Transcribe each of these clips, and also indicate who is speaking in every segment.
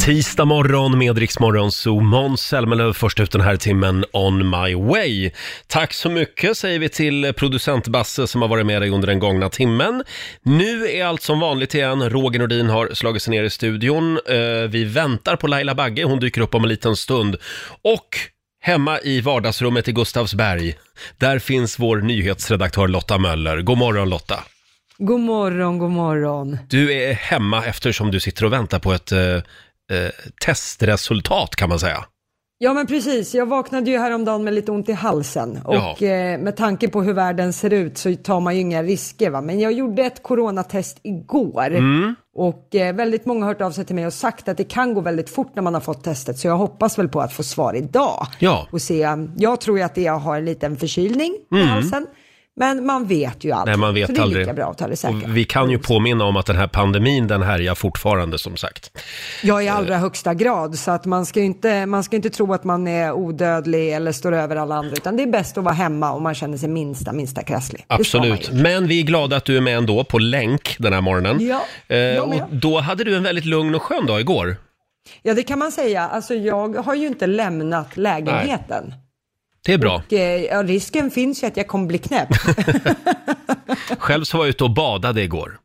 Speaker 1: Tisdag morgon med Rix Morgon Zoo. Måns Zelmerlöw först ut den här timmen on my way. Tack så mycket säger vi till producent Basse som har varit med dig under den gångna timmen. Nu är allt som vanligt igen. Roger Nordin har slagit sig ner i studion. Eh, Vi väntar på Laila Bagge. Hon dyker upp om en liten stund. Och hemma i vardagsrummet i Gustavsberg, där finns vår nyhetsredaktör Lotta Möller. God morgon Lotta.
Speaker 2: God morgon, god morgon.
Speaker 1: Du är hemma eftersom du sitter och väntar på ett eh, eh, testresultat kan man säga.
Speaker 2: Ja men precis, jag vaknade ju häromdagen med lite ont i halsen och
Speaker 1: Ja.
Speaker 2: eh, med tanke på hur världen ser ut så tar man ju inga risker va. Men jag gjorde ett coronatest igår
Speaker 1: Mm.
Speaker 2: och eh, väldigt många har hört av sig till mig och sagt att det kan gå väldigt fort när man har fått testet så jag hoppas väl på att få svar idag.
Speaker 1: Ja.
Speaker 2: Och se, eh, jag tror ju att jag har en liten förkylning i halsen men man vet ju aldrig.
Speaker 1: Mm. Nej, man vet
Speaker 2: så det är
Speaker 1: aldrig.
Speaker 2: lika bra att ta det säkra.
Speaker 1: Och vi kan ju påminna om att den här pandemin, den härjar fortfarande som sagt.
Speaker 2: Ja, i allra
Speaker 1: Eh.
Speaker 2: högsta grad. Så att man ska ju inte, man ska inte tro att man är odödlig eller står över alla andra. Utan det är bäst att vara hemma om man känner sig minsta, minsta krasslig. Det ska man ju.
Speaker 1: Absolut. Men vi är glada att du är med ändå på länk den här morgonen.
Speaker 2: Ja,
Speaker 1: eh,
Speaker 2: jag med.
Speaker 1: och då hade du en väldigt lugn och skön dag igår.
Speaker 2: Ja, det kan man säga. Alltså, jag har ju inte lämnat lägenheten.
Speaker 1: Det är bra.
Speaker 2: Och, eh, ja, risken finns ju att jag kommer bli knäpp.
Speaker 1: Själv så var jag ute och badade igår.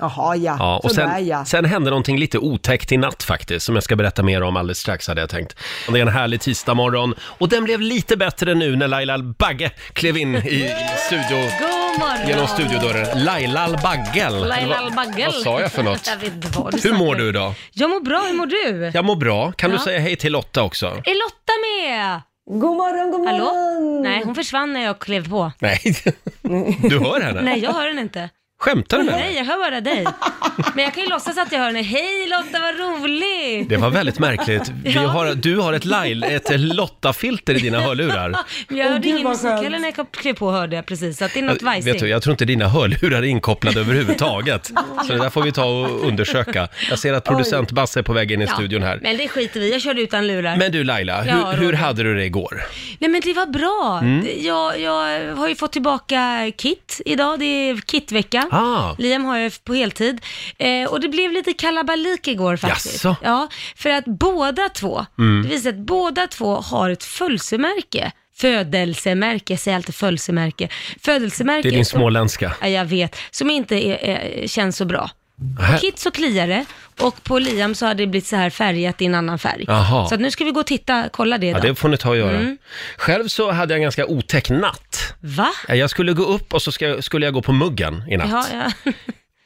Speaker 2: Jaha, ja.
Speaker 1: Ja, och
Speaker 2: Sådär,
Speaker 1: sen,
Speaker 2: ja.
Speaker 1: sen hände någonting lite otäckt i natt faktiskt, som jag ska berätta mer om alldeles strax hade jag tänkt. Det är en härlig tisdagmorgon och den blev lite bättre nu när Laila Bagge klev in i, i studio,
Speaker 3: God morgon!
Speaker 1: genom studiodörren. Laila Baggel.
Speaker 3: Laila
Speaker 1: Vad-
Speaker 3: Albaggel.
Speaker 1: Vad sa jag för något?
Speaker 3: jag vet inte vad du
Speaker 1: Hur
Speaker 3: sa.
Speaker 1: mår du idag?
Speaker 3: Jag mår bra, hur mår du?
Speaker 1: Jag mår bra. Kan du
Speaker 3: Ja.
Speaker 1: säga hej till Lotta också?
Speaker 3: Är Lotta med?
Speaker 2: God morgon, god
Speaker 3: Hallå?
Speaker 2: morgon!
Speaker 3: Nej, hon försvann när jag klev på.
Speaker 1: Nej, du hör henne.
Speaker 3: Nej, jag hör henne inte.
Speaker 1: Skämtar du med
Speaker 3: Nej,
Speaker 1: mig?
Speaker 3: jag hör bara dig. Men jag kan ju låtsas att jag hör henne. Hej Lotta, vad roligt!
Speaker 1: Det var väldigt märkligt. Vi
Speaker 3: Ja.
Speaker 1: har, du har ett, Lail- ett Lotta-filter i dina hörlurar.
Speaker 3: Men jag hörde
Speaker 2: gud,
Speaker 3: ingen
Speaker 2: vad
Speaker 3: musik
Speaker 2: skönt.
Speaker 3: heller när jag klev på hörde jag precis, så att det är något
Speaker 1: Ja,
Speaker 3: vajsing.
Speaker 1: Äh, Vet du, jag tror inte dina hörlurar är inkopplade överhuvudtaget. Så det där får vi ta och undersöka. Jag ser att producent Basse är på väg in i
Speaker 3: Ja,
Speaker 1: studion här.
Speaker 3: Men det skiter vi jag körde utan lurar.
Speaker 1: Men du Laila,
Speaker 3: Ja,
Speaker 1: hur, hur
Speaker 3: Roger.
Speaker 1: hade du det igår?
Speaker 3: Nej men det var bra.
Speaker 1: Mm.
Speaker 3: Jag, jag har ju fått tillbaka Kit idag, det är Kit-vecka.
Speaker 1: Ah.
Speaker 3: Liam har jag på heltid. Eh, och det blev lite kalabalik igår faktiskt.
Speaker 1: Jaså? Mm.
Speaker 3: Ja, för att båda två, det visar sig att båda två har ett födelsemärke. Födelsemärke, jag säger alltid födelsemärke. Födelsemärke.
Speaker 1: Det är din
Speaker 3: som-
Speaker 1: småländska.
Speaker 3: Ja, jag vet. Som inte är, eh, känns så bra.
Speaker 1: Här.
Speaker 3: Kit så kliar det och på Liam så har det blivit så här färgat i en annan färg.
Speaker 1: Jaha.
Speaker 3: Så att nu ska vi gå och titta, kolla det
Speaker 1: Ja,
Speaker 3: idag.
Speaker 1: det får ni ta och
Speaker 3: Mm.
Speaker 1: göra. Själv så hade jag en ganska otäck natt.
Speaker 3: Va?
Speaker 1: Ja, Jag skulle gå upp och så ska, skulle jag gå på muggen i
Speaker 3: Ja,
Speaker 1: natt.
Speaker 3: ja.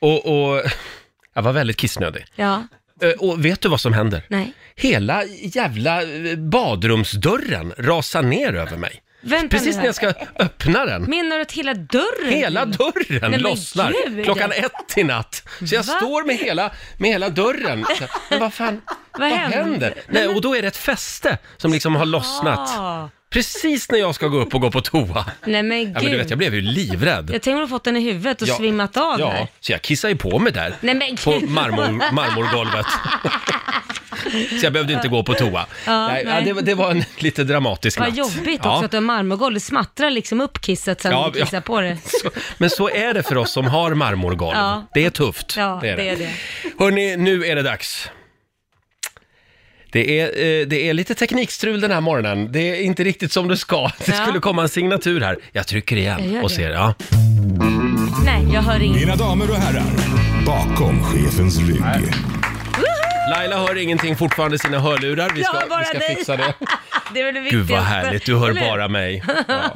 Speaker 1: Och, och jag var väldigt kissnödig.
Speaker 3: ja.
Speaker 1: Eh, Och vet du vad som händer?
Speaker 3: Nej.
Speaker 1: Hela jävla eh, badrumsdörren rasar ner över mig.
Speaker 3: Vänta
Speaker 1: Precis
Speaker 3: nu
Speaker 1: när
Speaker 3: här.
Speaker 1: jag ska öppna den.
Speaker 3: Menar du att hela dörren?
Speaker 1: Hela dörren
Speaker 3: Nej, men
Speaker 1: lossnar
Speaker 3: gud.
Speaker 1: klockan ett i natt. Så jag
Speaker 3: Va?
Speaker 1: står med hela, med hela dörren. Så, Men vad fan, vad, händer?
Speaker 3: händer?
Speaker 1: Nej, och då är det ett fäste som liksom har lossnat.
Speaker 3: Ah.
Speaker 1: Precis när jag ska gå upp och gå på toa.
Speaker 3: Nej men gud.
Speaker 1: Ja, men du vet, jag blev ju livrädd.
Speaker 3: Jag tänker om du har fått den i huvudet och
Speaker 1: Ja,
Speaker 3: svimmat av
Speaker 1: Ja,
Speaker 3: här.
Speaker 1: så jag kissade ju på mig där.
Speaker 3: Nej, men gud.
Speaker 1: på marmor, marmorgolvet. så jag behövde inte gå på toa.
Speaker 3: Ja,
Speaker 1: nej, Ja,
Speaker 3: nej.
Speaker 1: det, var- det var en lite dramatisk
Speaker 3: Vad
Speaker 1: natt.
Speaker 3: jobbigt också
Speaker 1: Ja.
Speaker 3: att du har marmorgolv. Det smattrar liksom upp kisset sen
Speaker 1: Ja,
Speaker 3: du kissar
Speaker 1: ja.
Speaker 3: på det.
Speaker 1: Så, men så är det för oss som har marmorgolv.
Speaker 3: Ja.
Speaker 1: Det är tufft.
Speaker 3: Ja, det är det.
Speaker 1: Hörni, nu är det dags. Det är, eh, det är lite teknikstrul den här morgonen. Det är inte riktigt som det ska. Det
Speaker 3: Ja.
Speaker 1: skulle komma en signatur här. Jag trycker
Speaker 3: Jag
Speaker 1: igen
Speaker 3: gör
Speaker 1: och
Speaker 3: det.
Speaker 1: ser. Ja.
Speaker 3: Nej, jag hör inget.
Speaker 4: Mina damer och herrar, bakom chefens rygg.
Speaker 1: Laila hör ingenting fortfarande i sina hörlurar. Vi
Speaker 3: Jag
Speaker 1: ska,
Speaker 3: hör bara
Speaker 1: vi ska
Speaker 3: dig.
Speaker 1: fixa det.
Speaker 3: Det är väl det viktigaste.
Speaker 1: Gud vad härligt, du hör
Speaker 3: Eller?
Speaker 1: bara mig. Ja.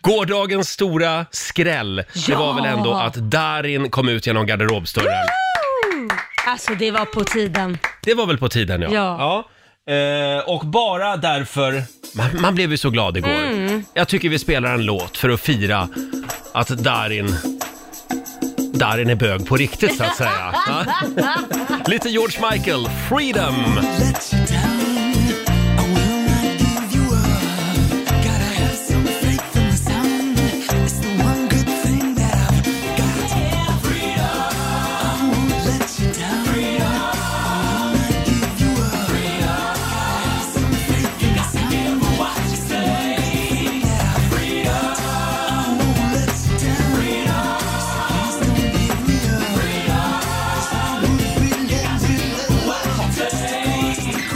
Speaker 1: Gårdagens stora skräll, det
Speaker 3: Ja.
Speaker 1: var väl ändå att Darin kom ut genom garderobsdörren.
Speaker 3: Alltså det var på tiden.
Speaker 1: Det var väl på tiden ja.
Speaker 3: Ja.
Speaker 1: Ja. Eh, och bara därför, man, man blev ju så glad igår. Jag tycker vi spelar en låt för att fira att Darin, Darin är bög på riktigt så att säga. Ja. Lite George Michael, Freedom!
Speaker 5: Let you down. I will not give you up. Gotta have some faith in the sound. It's the one good thing that I've got. Freedom. I won't let you down. Freedom. I will not give you up. Freedom. Gotta have some faith in the sound. It's the one good thing that I've got. I won't let you down. Freedom. So please don't give me up. Freedom. I won't relent, relent, relent.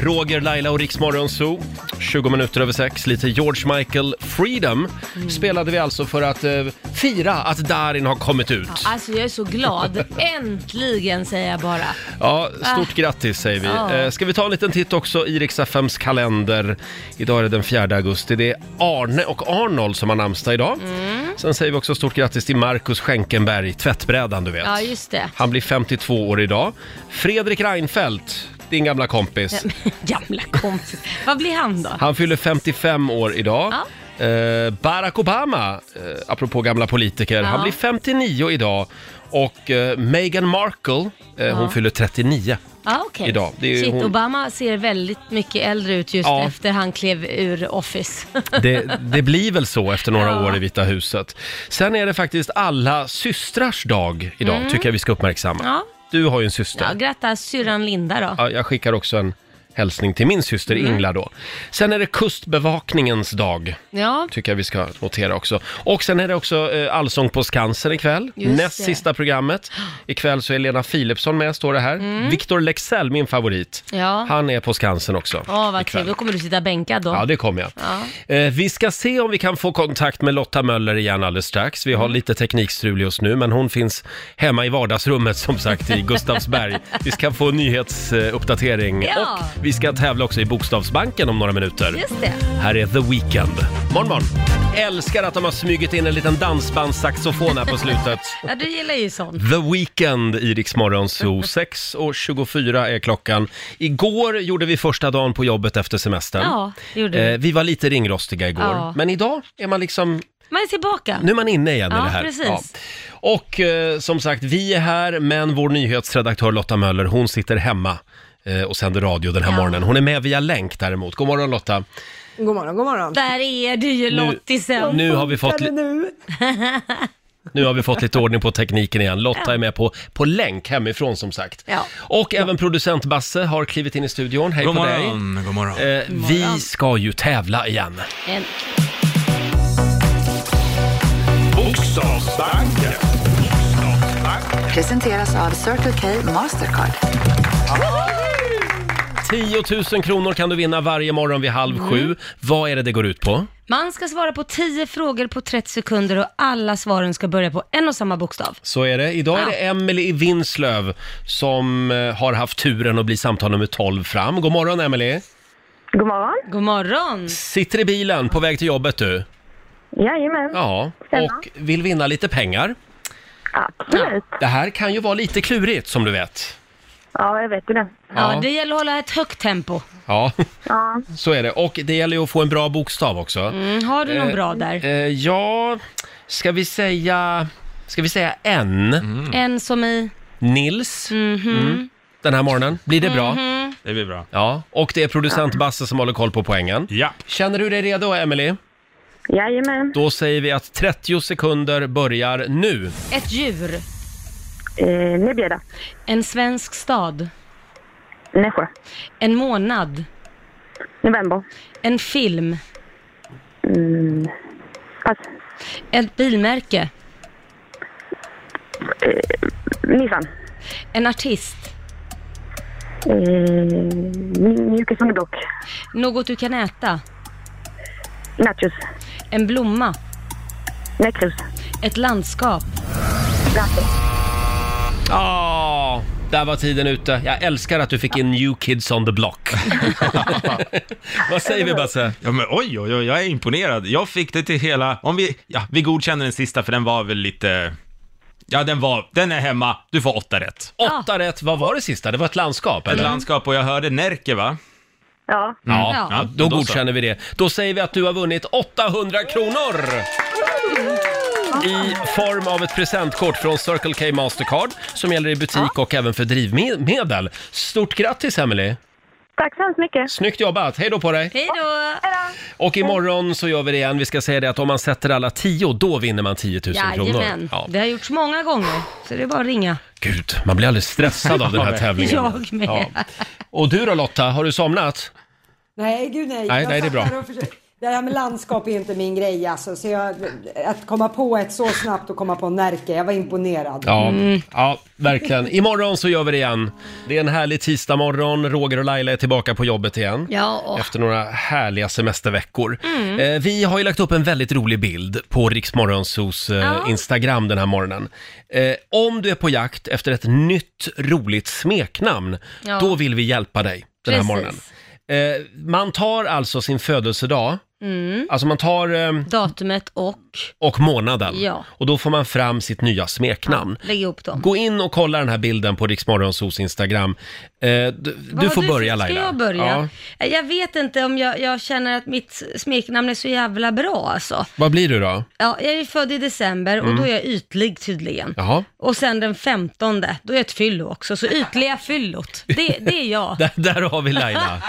Speaker 1: Roger, Laila och Riksmorgon Zoo. 20 minuter över sex, lite George Michael Freedom spelade vi alltså för att eh, fira att Darin har kommit ut.
Speaker 3: Alltså jag är så glad. Äntligen säger jag bara.
Speaker 1: Ja, stort grattis säger vi.
Speaker 3: Ah. Ja.
Speaker 1: Eh, Ska vi ta en liten titt också i Rix FMs kalender. Idag är det den 4 augusti. Det är Arne och Arnold som har namnsdag idag.
Speaker 3: Mm.
Speaker 1: Sen säger vi också stort grattis till Marcus Schenkenberg, tvättbrädan du vet.
Speaker 3: Ja, just det.
Speaker 1: Han blir 52 år idag. Fredrik Reinfeldt, din gamla kompis.
Speaker 3: Gamla kompis. Vad blir han då?
Speaker 1: Han fyller 55 år idag. Eh, Barack Obama, eh, apropå gamla politiker, han
Speaker 3: Ja.
Speaker 1: blir 59 idag. Och eh, Meghan Markle, eh, hon fyller 39.
Speaker 3: Ja, okej.
Speaker 1: Idag. Det är ju
Speaker 3: Shit,
Speaker 1: hon-
Speaker 3: Obama ser väldigt mycket äldre ut just
Speaker 1: Ja.
Speaker 3: efter han klev ur Office.
Speaker 1: Det, det blir väl så efter några
Speaker 3: Ja.
Speaker 1: år i Vita huset. Sen är det faktiskt alla systrars dag idag, tycker jag vi ska uppmärksamma.
Speaker 3: Mm. Ja.
Speaker 1: Du har ju en
Speaker 3: Ja,
Speaker 1: syster.
Speaker 3: grattas syrran Linda då.
Speaker 1: Ja, jag skickar också en hälsning till min syster
Speaker 3: Mm.
Speaker 1: Ingla då. Sen är det kustbevakningens dag,
Speaker 3: Ja,
Speaker 1: tycker jag vi ska notera också. Och sen är det också eh, Allsång på Skansen ikväll,
Speaker 3: Just
Speaker 1: näst
Speaker 3: det.
Speaker 1: sista programmet. Ikväll så är Lena Philipsson med, står det här. Victor Lexell, min favorit,
Speaker 3: Mm. Ja.
Speaker 1: han är på Skansen också.
Speaker 3: Åh, vad
Speaker 1: ikväll.
Speaker 3: trevligt. Då kommer du sitta bänkad då.
Speaker 1: Ja, det kommer jag. Eh, vi ska se om vi kan få kontakt med Lotta Möller igen alldeles strax. Vi
Speaker 3: Mm.
Speaker 1: har lite teknikstrul just nu, men hon finns hemma i vardagsrummet som sagt i Gustavsberg. Vi ska få en nyhetsuppdatering
Speaker 3: Ja.
Speaker 1: och vi ska tävla också i Bokstavsbanken om några minuter.
Speaker 3: Just det.
Speaker 1: Här är The Weeknd. Morgon, morgon. Älskar att de har smugit in en liten dansbandssaxofon här på slutet.
Speaker 3: Ja, du gillar ju sånt.
Speaker 1: The Weeknd i Rix Morgon Zoo. 6.24 är klockan. Igår gjorde vi första dagen på jobbet efter semestern.
Speaker 3: Ja, det gjorde vi.
Speaker 1: Eh, vi var lite ringrostiga igår,
Speaker 3: Ja.
Speaker 1: men idag är man liksom,
Speaker 3: Man är tillbaka.
Speaker 1: nu är man inne igen i
Speaker 3: Ja,
Speaker 1: det här.
Speaker 3: precis.
Speaker 1: Och eh, som sagt, vi är här, men vår nyhetsredaktör Lotta Möller, hon sitter hemma eh, och sänder radio den här
Speaker 3: Ja.
Speaker 1: morgonen. Hon är med via länk däremot. God morgon Lotta.
Speaker 2: God morgon, god morgon.
Speaker 3: Där är du ju Lottisen.
Speaker 1: nu, har vi fått,
Speaker 2: Funkar
Speaker 1: li-
Speaker 2: det nu?
Speaker 1: nu har vi fått lite ordning på tekniken igen. Lotta är med på, på länk hemifrån som sagt.
Speaker 3: Ja.
Speaker 1: Och även producent Basse har klivit in i studion. Hej
Speaker 6: God
Speaker 1: på
Speaker 6: morgon, god morgon.
Speaker 1: dig. Eh, vi ska ju tävla igen.
Speaker 3: En...
Speaker 7: Presenteras av Circle K Mastercard.
Speaker 1: 10 000 kronor kan du vinna varje morgon vid halv sju. Vad är det det går ut på?
Speaker 3: Man ska svara på 10 frågor på 30 sekunder och alla svaren ska börja på en och samma bokstav.
Speaker 1: Så är det. Idag är
Speaker 3: Ja.
Speaker 1: det Emelie i Vinslöv som eh, har haft turen att bli samtal nummer 12 fram. God morgon Emelie.
Speaker 8: God morgon.
Speaker 3: God morgon!
Speaker 1: Sitter i bilen på väg till jobbet du.
Speaker 8: Jajamän.
Speaker 1: Ja, och vill vinna lite pengar.
Speaker 8: Absolut.
Speaker 1: Det här kan ju vara lite klurigt som du vet.
Speaker 8: Ja, jag vet ju det.
Speaker 3: Ja.
Speaker 1: Ja.
Speaker 3: det gäller att hålla ett högt tempo.
Speaker 1: Ja,
Speaker 8: Ja.
Speaker 1: så är det. Och det gäller ju att få en bra bokstav också.
Speaker 3: Mm, har du någon
Speaker 1: Eh,
Speaker 3: bra där?
Speaker 1: Eh, ja, ska vi säga... Ska vi säga en?
Speaker 3: En som i...
Speaker 1: Nils. Mm. Den här morgonen. Blir det bra?
Speaker 6: Det blir bra.
Speaker 1: Ja. Och det är producent Basse som håller koll på poängen.
Speaker 6: Ja.
Speaker 1: Känner du dig redo, Emily?
Speaker 8: Jajamän.
Speaker 1: Då säger vi att 30 sekunder börjar nu.
Speaker 3: Ett djur.
Speaker 8: Eh, Nebjeda.
Speaker 3: En svensk stad.
Speaker 8: Nässjö.
Speaker 3: En månad.
Speaker 8: November.
Speaker 3: En film.
Speaker 8: Pass.
Speaker 3: Ett bilmärke.
Speaker 8: Nissan.
Speaker 3: En artist.
Speaker 8: Eh, Mjukis underblock.
Speaker 3: Något du kan äta.
Speaker 8: Nachos.
Speaker 3: En blomma.
Speaker 8: Näckrus.
Speaker 3: Ett landskap.
Speaker 8: Grattis.
Speaker 1: Ja, där var tiden ute. Jag älskar att du fick in New Kids on the Block. Vad säger vi, Basse?
Speaker 6: Ja, men oj, oj, oj, jag är imponerad. Jag fick det till hela, om vi, ja, vi godkänner den sista för den var väl lite, ja den var, den är hemma, du får åtta rätt.
Speaker 1: Åtta rätt. Vad var det sista? Det var ett landskap,
Speaker 6: Ett
Speaker 1: eller? Mm.
Speaker 6: landskap och jag hörde Närke va?
Speaker 8: Ja.
Speaker 1: Ja,
Speaker 6: Ja,
Speaker 1: då
Speaker 6: då så.
Speaker 1: godkänner vi det. Då säger vi att du har vunnit 800 kronor! I form av ett presentkort från Circle K Mastercard som gäller i butik och även för drivmedel. Stort grattis Emily.
Speaker 8: Tack så hemskt mycket.
Speaker 1: Snyggt jobbat! Hej då på dig!
Speaker 3: Hej då!
Speaker 1: Och imorgon så gör vi det igen. Vi ska säga det att om man sätter alla 10, då vinner man 10 000 kronor.
Speaker 3: Jajamän.
Speaker 1: Ja.
Speaker 3: Det har gjorts många gånger, så det är bara att ringa.
Speaker 1: Gud, man blir alldeles stressad av den här tävlingen.
Speaker 3: Jag med.
Speaker 1: Och du då Lotta, har du somnat?
Speaker 2: Nej, gud nej.
Speaker 1: Nej,
Speaker 2: Jag
Speaker 1: nej, det är
Speaker 2: satt
Speaker 1: bra.
Speaker 2: här och försökte- Det här med landskap är ju inte min grej alltså. Så jag, att komma på ett så snabbt och komma på Närke, jag var imponerad.
Speaker 1: Ja,
Speaker 3: Mm.
Speaker 1: ja, verkligen. Imorgon så gör vi det igen. Det är en härlig tisdagmorgon. Roger och Laila är tillbaka på jobbet igen.
Speaker 3: Ja. Mm.
Speaker 1: Efter några härliga semesterveckor. Eh, vi har ju lagt upp en väldigt rolig bild på Riksmorgonsos eh,
Speaker 3: Ja.
Speaker 1: Instagram den här morgonen. Eh, om du är på jakt efter ett nytt roligt smeknamn,
Speaker 3: Ja.
Speaker 1: då vill vi hjälpa dig den här
Speaker 3: Precis.
Speaker 1: morgonen. Eh, man tar alltså sin födelsedag,
Speaker 3: Mm.
Speaker 1: alltså man tar... Eh,
Speaker 3: Datumet och...
Speaker 1: och månaden.
Speaker 3: Ja.
Speaker 1: Och då får man fram sitt nya smeknamn.
Speaker 3: Lägg ihop dem.
Speaker 1: Gå in och kolla den här bilden på Riksmorgonsos Instagram. Eh, du
Speaker 3: Vad
Speaker 1: du
Speaker 3: har
Speaker 1: får börja
Speaker 3: för-
Speaker 1: Laila.
Speaker 3: Ska jag börja? Eh, Jag vet inte om jag, jag känner att mitt smeknamn är så jävla bra alltså.
Speaker 1: Vad blir du då?
Speaker 3: Ja, jag är född i december och
Speaker 1: Mm.
Speaker 3: då är jag ytlig tydligen.
Speaker 1: Jaha.
Speaker 3: Och sen den 15, då är jag ett fyllo också, så ytliga fyllot, det, det är jag.
Speaker 1: Där, där har vi Laila.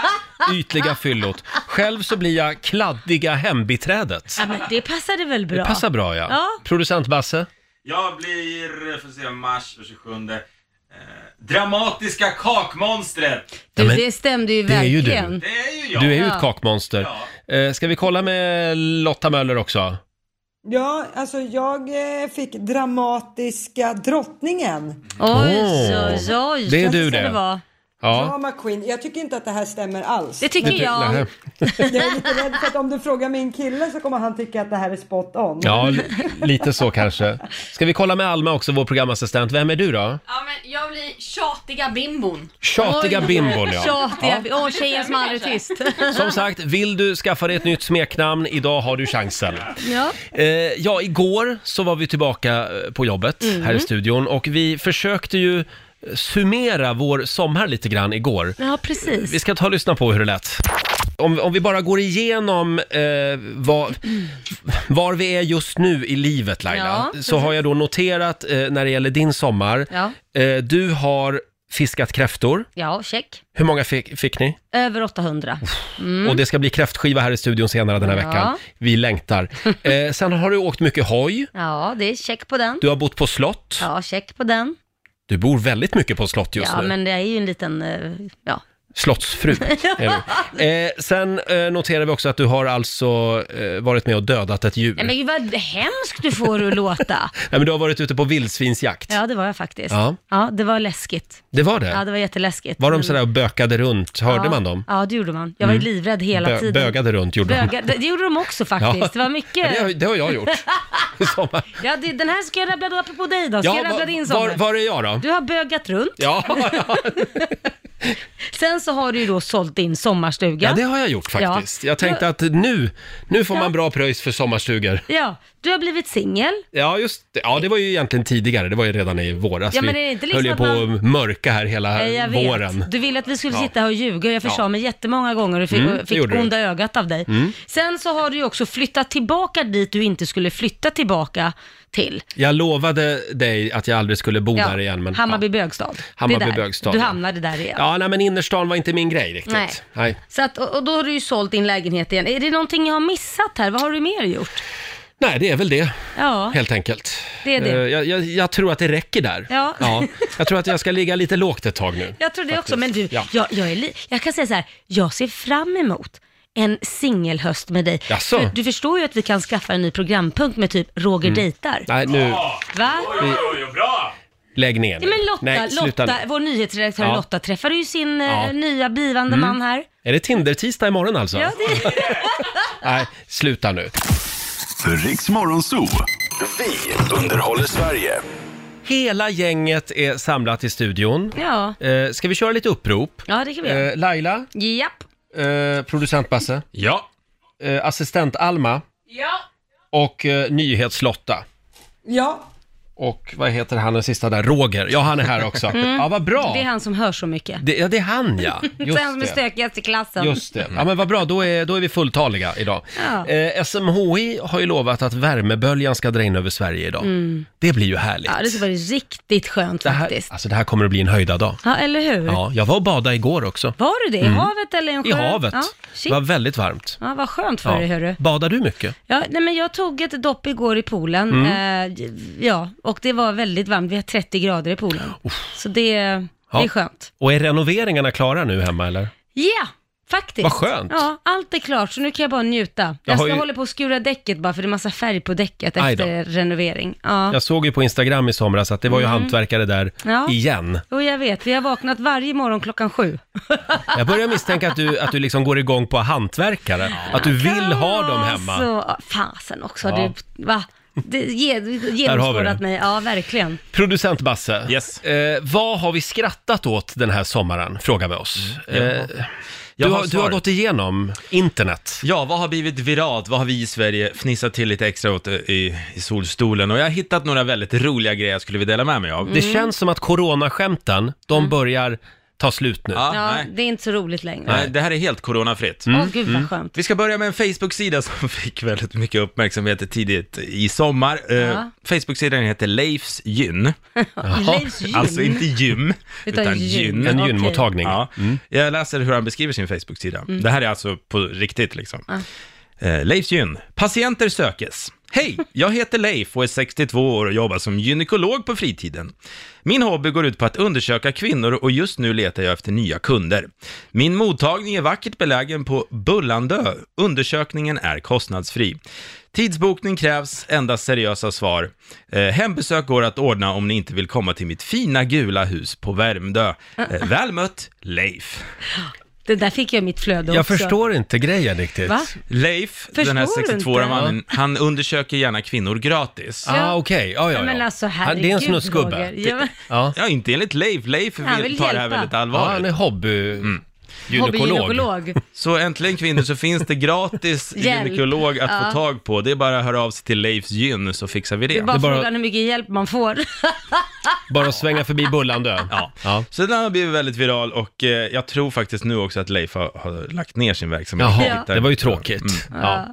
Speaker 1: Ytliga fyllot. Själv så blir jag kladdiga hembiträdet.
Speaker 3: Ja, men det passade väl bra?
Speaker 1: Passar bra ja.
Speaker 3: Ja.
Speaker 1: Producent Basse?
Speaker 6: Jag blir, får se, mars 27. Eh, dramatiska kakmonstret!
Speaker 3: Du,
Speaker 1: Ja, men
Speaker 3: det stämde ju
Speaker 1: det är ju du.
Speaker 3: verkligen.
Speaker 6: Det är ju jag!
Speaker 1: Du är ju ett
Speaker 3: Ja.
Speaker 1: kakmonster. Eh, ska vi kolla med Lotta Möller också?
Speaker 2: Ja, alltså jag eh, fick Dramatiska Drottningen.
Speaker 3: Oj,
Speaker 1: Åh.
Speaker 3: oj, oj.
Speaker 1: Det är du
Speaker 3: Så ska
Speaker 1: det.
Speaker 3: vara.
Speaker 1: Ja.
Speaker 2: Drama Queen. Jag tycker inte att det här stämmer alls.
Speaker 3: Det tycker jag.
Speaker 1: Nej.
Speaker 2: Jag är lite rädd för att om du frågar min kille så kommer han tycka att det här är spot on.
Speaker 1: Ja, li- lite så kanske. Ska vi kolla med Alma också, vår programassistent. Vem är du då?
Speaker 9: Ja, men jag blir tjatiga bimbon.
Speaker 1: Tjatiga
Speaker 3: Oj.
Speaker 1: bimbon ja.
Speaker 3: Tjatiga, åh tjejen som aldrig är tyst.
Speaker 1: Som sagt, vill du skaffa dig ett nytt smeknamn, idag har du chansen.
Speaker 3: ja.
Speaker 1: Eh, ja, igår så var vi tillbaka eh, på jobbet här
Speaker 3: Mhm.
Speaker 1: i studion och vi försökte ju eh, summera vår sommar lite grann igår.
Speaker 3: ja,
Speaker 1: Vi
Speaker 3: precis.
Speaker 1: ska ta och lyssna på hur det lät. Om, om vi bara går igenom eh, vad, var vi är just nu i livet Laila,
Speaker 3: Ja,
Speaker 1: så har jag då noterat eh, när det gäller din sommar,
Speaker 3: Ja.
Speaker 1: eh, du har fiskat kräftor.
Speaker 3: Ja, check.
Speaker 1: Hur många fick, fick ni?
Speaker 3: Över 800.
Speaker 1: Och det ska bli kräftskiva här i studion senare den här
Speaker 3: Mm. Ja.
Speaker 1: veckan. Vi längtar. Eh, sen har du åkt mycket hoj,
Speaker 3: Ja, det är check på den.
Speaker 1: du har bott på slott.
Speaker 3: Ja, check på den.
Speaker 1: Du bor väldigt mycket på slott just
Speaker 3: Ja,
Speaker 1: nu.
Speaker 3: men det är ju en liten, eh, ja.
Speaker 1: Slottsfru är du. Eh, sen eh, noterar vi också att du har alltså eh, varit med och dödat ett djur.
Speaker 3: Nej, men gud, vad hemskt du får att låta.
Speaker 1: Nej, men du har varit ute på vildsvinsjakt.
Speaker 3: Ja, det var jag faktiskt.
Speaker 1: Ja.
Speaker 3: Ja, det var läskigt.
Speaker 1: Det var det?
Speaker 3: Ja, det var jätteläskigt.
Speaker 1: Var de
Speaker 3: Men-
Speaker 1: sådär och bökade runt? Hörde
Speaker 3: ja.
Speaker 1: man dem? Mm.
Speaker 3: Ja, det gjorde man. Jag var ju livrädd hela
Speaker 1: Bö-
Speaker 3: tiden.
Speaker 1: bögade runt gjorde de.
Speaker 3: Böga- Det, det gjorde de också faktiskt.
Speaker 1: Ja. Ja, Det
Speaker 3: Det var
Speaker 1: har,
Speaker 3: mycket.
Speaker 1: det har jag gjort i sommar.
Speaker 3: Ja, det, den här ska jag rabbla på dig då. Ska jag rabbla
Speaker 1: var,
Speaker 3: din sommar?
Speaker 1: var, var är jag då?
Speaker 3: Du har bögat runt.
Speaker 1: Ja, ja,
Speaker 3: Sen så har du ju då sålt din sommarstuga.
Speaker 1: ja, det har jag gjort faktiskt.
Speaker 3: Ja.
Speaker 1: Jag tänkte att nu, nu får
Speaker 3: Ja.
Speaker 1: man bra pröjs för sommarstugor.
Speaker 3: Ja, du har blivit singel.
Speaker 1: Ja, just det. Ja, det var ju egentligen tidigare. Det var ju redan i våras.
Speaker 3: Ja, men
Speaker 1: Vi
Speaker 3: är det inte liksom
Speaker 1: höll ju
Speaker 3: att
Speaker 1: på
Speaker 3: man-
Speaker 1: att mörka här hela
Speaker 3: Eh, Jag vet.
Speaker 1: våren.
Speaker 3: Du ville att vi skulle sitta här och ljuga och jag försade
Speaker 1: Ja.
Speaker 3: mig jättemånga gånger och fick,
Speaker 1: Mm, det
Speaker 3: fick
Speaker 1: gjorde du. Mm.
Speaker 3: onda ögat av dig. Sen så har du ju också flyttat tillbaka dit du inte skulle flytta tillbaka till.
Speaker 1: Jag lovade dig att jag aldrig skulle bo där igen. Men,
Speaker 3: Hammarby
Speaker 1: ja.
Speaker 3: bögstad. Det är
Speaker 1: Hammarby
Speaker 3: där.
Speaker 1: bögstad,
Speaker 3: Du
Speaker 1: ja.
Speaker 3: hamnade där igen.
Speaker 1: Ja, nej, men innerstan var inte min grej riktigt.
Speaker 3: Nej.
Speaker 1: Nej.
Speaker 3: Så att, och och då har du ju sålt din lägenhet igen. Är det någonting jag har missat här? Vad har du mer gjort?
Speaker 1: nej, det är väl det.
Speaker 3: Ja,
Speaker 1: Helt enkelt.
Speaker 3: Det är det.
Speaker 1: Eh, Jag, jag, jag tror att det räcker där.
Speaker 3: Ja.
Speaker 1: Jag tror att jag ska ligga lite lågt ett tag nu.
Speaker 3: jag tror det också. Men du,
Speaker 1: Ja.
Speaker 3: jag, jag, är li- jag kan säga så här, jag ser fram emot en singelhöst med dig.
Speaker 1: Jaså? Mm.
Speaker 3: För Du förstår ju att vi kan skaffa en ny programpunkt med typ Roger dejtar.
Speaker 1: Nej, nu,
Speaker 3: Va?
Speaker 1: lägg ner nu.
Speaker 3: Ja, men Lotta,
Speaker 1: Nej, sluta
Speaker 3: Lotta
Speaker 1: nu.
Speaker 3: vår nyhetsredaktör
Speaker 1: Ja.
Speaker 3: Lotta träffade ju sin eh,
Speaker 1: Ja. Mm.
Speaker 3: nya blivande man här.
Speaker 1: Är det Tinder-tisdag imorgon alltså?
Speaker 3: Ja, det,
Speaker 1: Nej, sluta nu.
Speaker 4: Riks Morgonzoo. Vi underhåller Sverige.
Speaker 1: Hela gänget är samlat i studion.
Speaker 3: ja.
Speaker 1: Eh, ska vi köra lite upprop?
Speaker 3: ja, det kan vi göra.
Speaker 1: Eh, Laila,
Speaker 3: Japp.
Speaker 1: eh, producent Basse,
Speaker 6: Ja.
Speaker 1: eh, assistent Alma
Speaker 9: Ja.
Speaker 1: och eh, nyhetslotta.
Speaker 2: Ja,
Speaker 1: Och vad heter han den sista där? Roger. Ja, han är här också. Ja, vad bra.
Speaker 3: Mm. Det är han som hör så mycket.
Speaker 1: Det- ja, det är han ja. Just
Speaker 3: det är han som är
Speaker 1: det.
Speaker 3: stökigast i klassen.
Speaker 1: Just det. Ja, men vad bra, då är, då är vi fulltaliga idag.
Speaker 3: Ja.
Speaker 1: Eh, SMHI har ju lovat att värmeböljan ska dra in över Sverige idag. Det blir ju härligt.
Speaker 3: Mm. Ja, det ska vara riktigt skönt
Speaker 1: det, här,
Speaker 3: faktiskt.
Speaker 1: alltså, det här kommer att bli en höjda dag.
Speaker 3: Ja, eller hur?
Speaker 1: Ja, jag var och badade igår också.
Speaker 3: Var du det? I havet eller en sjö?
Speaker 1: I havet.
Speaker 3: Ja,
Speaker 1: det
Speaker 3: shit.
Speaker 1: var väldigt varmt.
Speaker 3: Ja, vad skönt för dig,
Speaker 1: Ja.
Speaker 3: hörru.
Speaker 1: Badar du mycket?
Speaker 3: Ja, nej, men jag tog ett dopp igår i poolen.
Speaker 1: Mm.
Speaker 3: Eh, ja, och det var väldigt varmt. Vi har 30 grader i poolen. Så det, det är skönt.
Speaker 1: Och är renoveringarna klara nu hemma eller?
Speaker 3: Ja, Faktiskt.
Speaker 1: Vad skönt.
Speaker 3: Ja, allt är klart så nu kan jag bara njuta.
Speaker 1: Jag
Speaker 3: Jag,
Speaker 1: har
Speaker 3: ska
Speaker 1: ju-
Speaker 3: hålla på och skura däcket bara för det är massa färg på däcket
Speaker 1: Aj då.
Speaker 3: efter renovering. Ja.
Speaker 1: Jag såg ju på Instagram i somras att det var ju hantverkare där
Speaker 3: Mm. Ja.
Speaker 1: igen.
Speaker 3: Jo, jag vet. Vi har vaknat varje morgon klockan sju.
Speaker 1: Jag börjar misstänka att du, att du liksom går igång på hantverkare. Att du vill ha dem hemma.
Speaker 3: Så, fasen också,
Speaker 1: Ja.
Speaker 3: du, va? Det ge-
Speaker 1: vi
Speaker 3: genomskådat
Speaker 1: det.
Speaker 3: mig, ja verkligen.
Speaker 1: Producent Basse,
Speaker 6: Yes.
Speaker 1: eh, vad har vi skrattat åt den här sommaren? Frågar vi oss. Eh,
Speaker 6: Mm. Jag
Speaker 1: du,
Speaker 6: har
Speaker 1: har, du har
Speaker 6: svar.
Speaker 1: gått igenom internet.
Speaker 6: Ja, vad har blivit viralt? Vad har vi i Sverige fnissat till lite extra åt eh, i, i solstolen? Och jag har hittat några väldigt roliga grejer jag skulle vilja dela med mig av.
Speaker 3: Mm.
Speaker 1: Det känns som att coronaskämten, de börjar ta slut nu.
Speaker 6: Ja,
Speaker 3: Ja,
Speaker 6: Ah, nej.
Speaker 3: det är inte så roligt längre.
Speaker 6: Nej, det här är helt coronafritt.
Speaker 1: Mm.
Speaker 3: Åh gud vad skönt.
Speaker 6: Vi ska börja med en Facebook-sida som fick väldigt mycket uppmärksamhet tidigt i sommar. Eh,
Speaker 3: Ja.
Speaker 6: Facebook-sidan heter Leifs gyn,
Speaker 3: Leifs gym.
Speaker 6: alltså inte gym,
Speaker 3: Utan
Speaker 6: utan,
Speaker 3: gyn.
Speaker 6: gyn.
Speaker 1: En
Speaker 3: Okej.
Speaker 1: gynmottagning.
Speaker 6: Ja. Jag läser hur han beskriver sin Facebook-sida. Det här är alltså på riktigt liksom. Eh, Leifs gyn. Patienter sökes. Hej, jag heter Leif och är 62 år och jobbar som gynekolog på fritiden. Min hobby går ut på att undersöka kvinnor och just nu letar jag efter nya kunder. Min mottagning är vackert belägen på Bullandö. Undersökningen är kostnadsfri. Tidsbokning krävs, endast seriösa svar. Eh, hembesök går att ordna om ni inte vill komma till mitt fina gula hus på Värmdö. Eh, väl mött, Leif.
Speaker 3: Det där fick jag i mitt flöde
Speaker 1: Jag
Speaker 3: också.
Speaker 1: förstår inte grejen riktigt.
Speaker 3: Va?
Speaker 6: Leif,
Speaker 3: Förstår
Speaker 6: den här
Speaker 3: du inte?
Speaker 6: 62-åriga mannen, han undersöker gärna kvinnor gratis.
Speaker 1: Ah, okej. Ja, ja, ja.
Speaker 3: Men alltså
Speaker 1: Han-
Speaker 3: herregud
Speaker 1: det är en
Speaker 3: Roger.
Speaker 1: snuskgubbe.
Speaker 3: Ja, men-
Speaker 1: Ja.
Speaker 6: Ja, inte enligt Leif. Leif
Speaker 3: Han vill
Speaker 6: vill ta det här
Speaker 3: hjälpa.
Speaker 6: väldigt
Speaker 1: ja, han
Speaker 6: allvarligt. Mm.
Speaker 1: är hobby... Gynekolog.
Speaker 3: Hobbygynekolog.
Speaker 6: Så äntligen kvinnor så finns det gratis
Speaker 3: Hjälp.
Speaker 6: gynekolog att
Speaker 3: Ja.
Speaker 6: få tag på. Det är bara att höra av sig till Leifs gyn så fixar vi det.
Speaker 3: Det är bara,
Speaker 1: är bara- Eh,
Speaker 3: frågan hur mycket hjälp man får.
Speaker 1: Bara att svänga förbi Bullandö.
Speaker 6: Ja.
Speaker 1: Ja.
Speaker 6: Så den har blivit väldigt viral och eh, jag tror faktiskt nu också att Leif har, har lagt ner sin verksamhet.
Speaker 1: Jaha,
Speaker 3: Ja.
Speaker 1: det var ju tråkigt.
Speaker 6: Mm.
Speaker 1: Ja.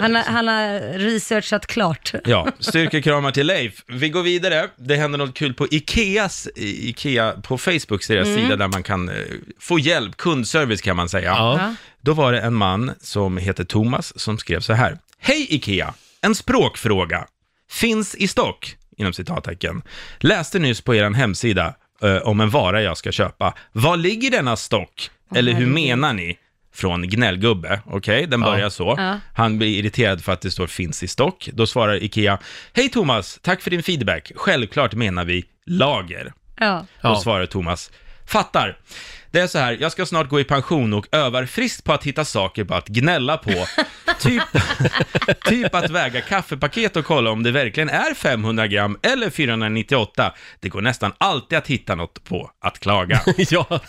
Speaker 3: Han har, han har researchat klart.
Speaker 6: Ja, styrkekramar till Leif. Vi går vidare. Det händer något kul på Ikeas, i- Ikea, på Facebooks deras sida där man kan eh, få hjälp, kundservice kan man säga.
Speaker 1: Ja.
Speaker 6: Då var det en man som heter Thomas som skrev så här. Hej Ikea! En språkfråga. Finns i stock? Inom citattecken. Läste nyss på er hemsida eh, om en vara jag ska köpa. Var ligger denna stock? Eller hur menar ni? Från gnällgubbe. Okej, den börjar så.
Speaker 3: Ja.
Speaker 6: Han blir irriterad för att det står finns i stock. Då svarar Ikea. Hej Thomas, tack för din feedback. Självklart menar vi lager.
Speaker 3: Ja.
Speaker 6: Då
Speaker 1: Ja.
Speaker 6: svarar Thomas, fattar. Det är så här, jag ska snart gå i pension och övar friskt på att hitta saker på att gnälla på. typ, typ att väga kaffepaket och kolla om det verkligen är 500 gram eller 498. Det går nästan alltid att hitta något på att klaga.
Speaker 1: ja,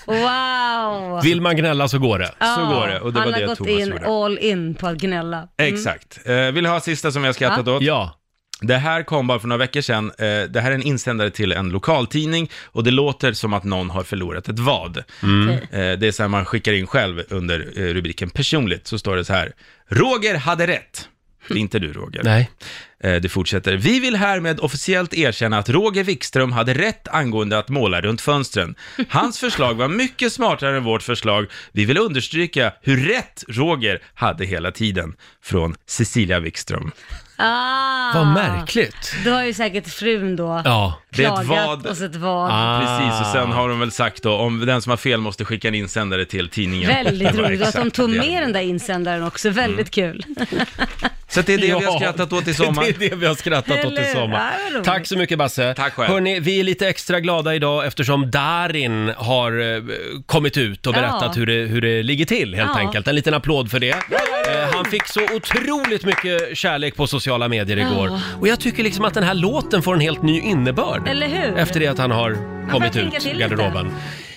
Speaker 3: Wow!
Speaker 1: vill man gnälla så går det.
Speaker 3: Ja,
Speaker 6: Så går det, och det var
Speaker 3: han har
Speaker 6: det
Speaker 3: gått
Speaker 6: Thomas
Speaker 3: in
Speaker 6: gjorde.
Speaker 3: all in på att gnälla.
Speaker 6: Exakt. Eh, vill du ha sista som jag skrattat åt?
Speaker 1: Mm. Ja.
Speaker 6: Det här kom bara för några veckor sedan. Eh, Det här är en insändare till en lokaltidning och det låter som att någon har förlorat ett vad. Eh, Det är så här man skickar in själv under eh, rubriken personligt, så står det så här. Roger hade rätt. Det är inte du Roger.
Speaker 1: Nej.
Speaker 6: Eh, Det fortsätter. Vi vill härmed officiellt erkänna att Roger Wikström hade rätt angående att måla runt fönstren. Hans förslag var mycket smartare än vårt förslag. Vi vill understryka hur rätt Roger hade hela tiden. Från Cecilia Wikström.
Speaker 3: Ah,
Speaker 1: Vad märkligt.
Speaker 3: Då har ju säkert frun då
Speaker 1: Ja.
Speaker 6: Det är ett
Speaker 3: klagat
Speaker 6: vad.
Speaker 3: och sett vad.
Speaker 1: Ah.
Speaker 6: Precis, och sen har de väl sagt då, om den som har fel måste skicka en insändare till tidningen.
Speaker 3: Väldigt
Speaker 6: Det var
Speaker 3: roligt att de
Speaker 6: exakt
Speaker 3: tog
Speaker 6: det.
Speaker 3: med den där insändaren också, väldigt
Speaker 1: Mm.
Speaker 3: kul.
Speaker 6: Så att det är det vi har
Speaker 1: Ja,
Speaker 6: skrattat åt i sommar.
Speaker 1: Det är det vi har skrattat åt i
Speaker 3: Eller?
Speaker 1: sommar.
Speaker 3: Ja, vad roligt.
Speaker 1: Tack så mycket Basse.
Speaker 6: Tack själv.
Speaker 1: Hörrni, vi är lite extra glada idag eftersom Darin har eh, kommit ut och
Speaker 3: Ja.
Speaker 1: berättat hur, det, hur det ligger till helt
Speaker 3: Ja.
Speaker 1: enkelt. En liten applåd för det. Eh, han fick så otroligt mycket kärlek på sociala medier igår. Och jag tycker liksom att den här låten får en helt ny innebörd.
Speaker 3: Eller hur?
Speaker 1: Efter det att han har kommit
Speaker 3: tänka
Speaker 1: ut
Speaker 3: till
Speaker 1: ur
Speaker 3: lite.
Speaker 1: garderoben.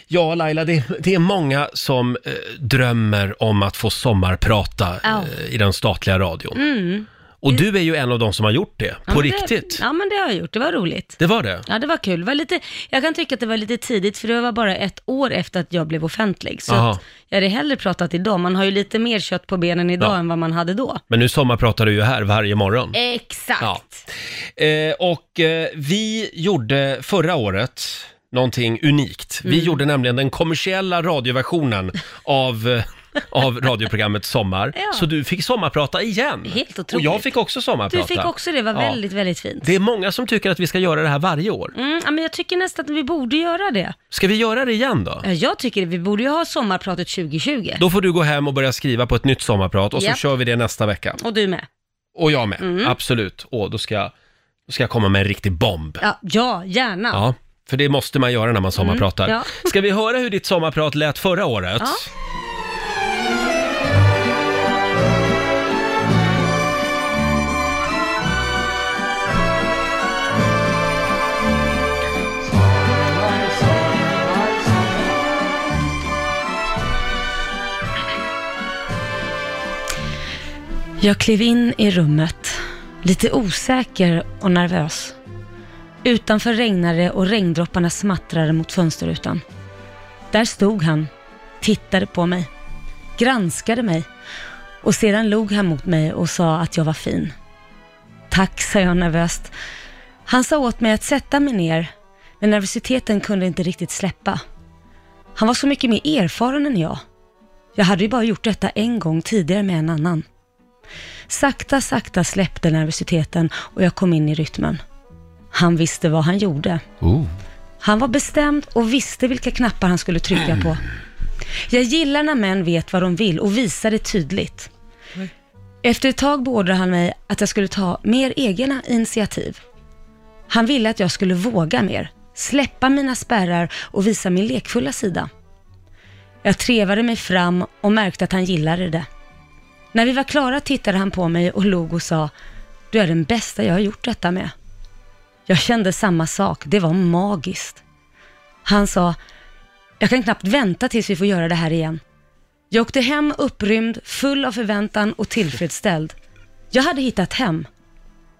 Speaker 1: Ja, Laila, det, det är många som eh, drömmer om att få sommarprata
Speaker 3: Ja.
Speaker 1: eh, i den statliga radion. Och du är ju en av de som har gjort det, på
Speaker 3: Men
Speaker 1: riktigt.
Speaker 3: Det, ja men det har jag gjort, det var roligt.
Speaker 1: Det var det?
Speaker 3: Ja det var kul, det var lite, jag kan tycka att det var lite tidigt för det var bara ett år efter att jag blev offentlig. Så
Speaker 1: Aha.
Speaker 3: att jag hade hellre pratat idag, man har ju lite mer kött på benen idag
Speaker 1: Ja.
Speaker 3: än vad man hade då.
Speaker 1: Men nu sommarpratar du ju här varje morgon.
Speaker 3: Exakt.
Speaker 1: Ja. Eh, och eh, vi gjorde förra året
Speaker 3: Mm.
Speaker 1: någonting unikt. Vi gjorde nämligen den kommersiella radioversionen av eh, av radioprogrammet Sommar.
Speaker 3: Ja.
Speaker 1: Så du fick sommarprata igen.
Speaker 3: Helt otroligt.
Speaker 1: Och jag fick också sommarprata.
Speaker 3: Du fick också det, det var
Speaker 1: Ja.
Speaker 3: väldigt, väldigt fint.
Speaker 1: Det är många som tycker att vi ska göra det här varje år.
Speaker 3: Mm, ja, men jag tycker nästan att vi borde göra det.
Speaker 1: Ska vi göra det igen då?
Speaker 3: Ja, Jag tycker vi borde ju ha sommarpratet 2020.
Speaker 1: Då får du gå hem och börja skriva på ett nytt sommarprat och så
Speaker 3: Japp.
Speaker 1: kör vi det nästa vecka.
Speaker 3: Och du med.
Speaker 1: Och jag med,
Speaker 3: Mm.
Speaker 1: absolut. Och då ska, jag- då ska jag komma med en riktig bomb.
Speaker 3: Ja, ja gärna.
Speaker 1: Ja, för det måste man göra när man sommarpratar.
Speaker 3: Mm,
Speaker 1: Ska vi höra hur ditt sommarprat lät förra året?
Speaker 3: Ja. Jag klev in i rummet, lite osäker och nervös. Utanför regnade det och regndropparna smattrade mot fönsterrutan. Där stod han, tittade på mig, granskade mig och sedan log han mot mig och sa att jag var fin. Tack, sa jag nervöst. Han sa åt mig att sätta mig ner, men nervositeten kunde inte riktigt släppa. Han var så mycket mer erfaren än jag. Jag hade ju bara gjort detta en gång tidigare med en annan. Sakta, sakta släppte nervositeten och jag kom in i rytmen. Han visste vad han gjorde. Han var bestämd och visste vilka knappar han skulle trycka på. Jag gillar när män vet vad de vill och visar det tydligt. Efter ett tag beordrade han mig att jag skulle ta mer egna initiativ. Han ville att jag skulle våga mer, släppa mina spärrar och visa min lekfulla sida. Jag trevade mig fram och märkte att han gillade det. När vi var klara tittade han på mig och log och sa Du är den bästa jag har gjort detta med. Jag kände samma sak, det var magiskt. Han sa Jag kan knappt vänta tills vi får göra det här igen. Jag åkte hem upprymd, full av förväntan och tillfredsställd. Jag hade hittat hem.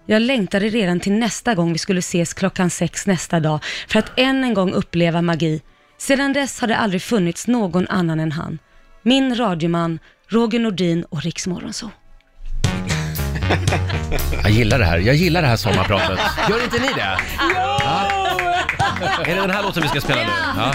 Speaker 3: Jag längtade redan till nästa gång vi skulle ses klockan sex nästa dag för att än en gång uppleva magi. Sedan dess har det aldrig funnits någon annan än han. Min radioman, Roger Nordin och Rix Morgonzoo.
Speaker 1: Jag gillar det här, jag gillar det här sommarpratet. Gör inte ni det? Ja. Är det den här låten vi ska spela nu? Ja.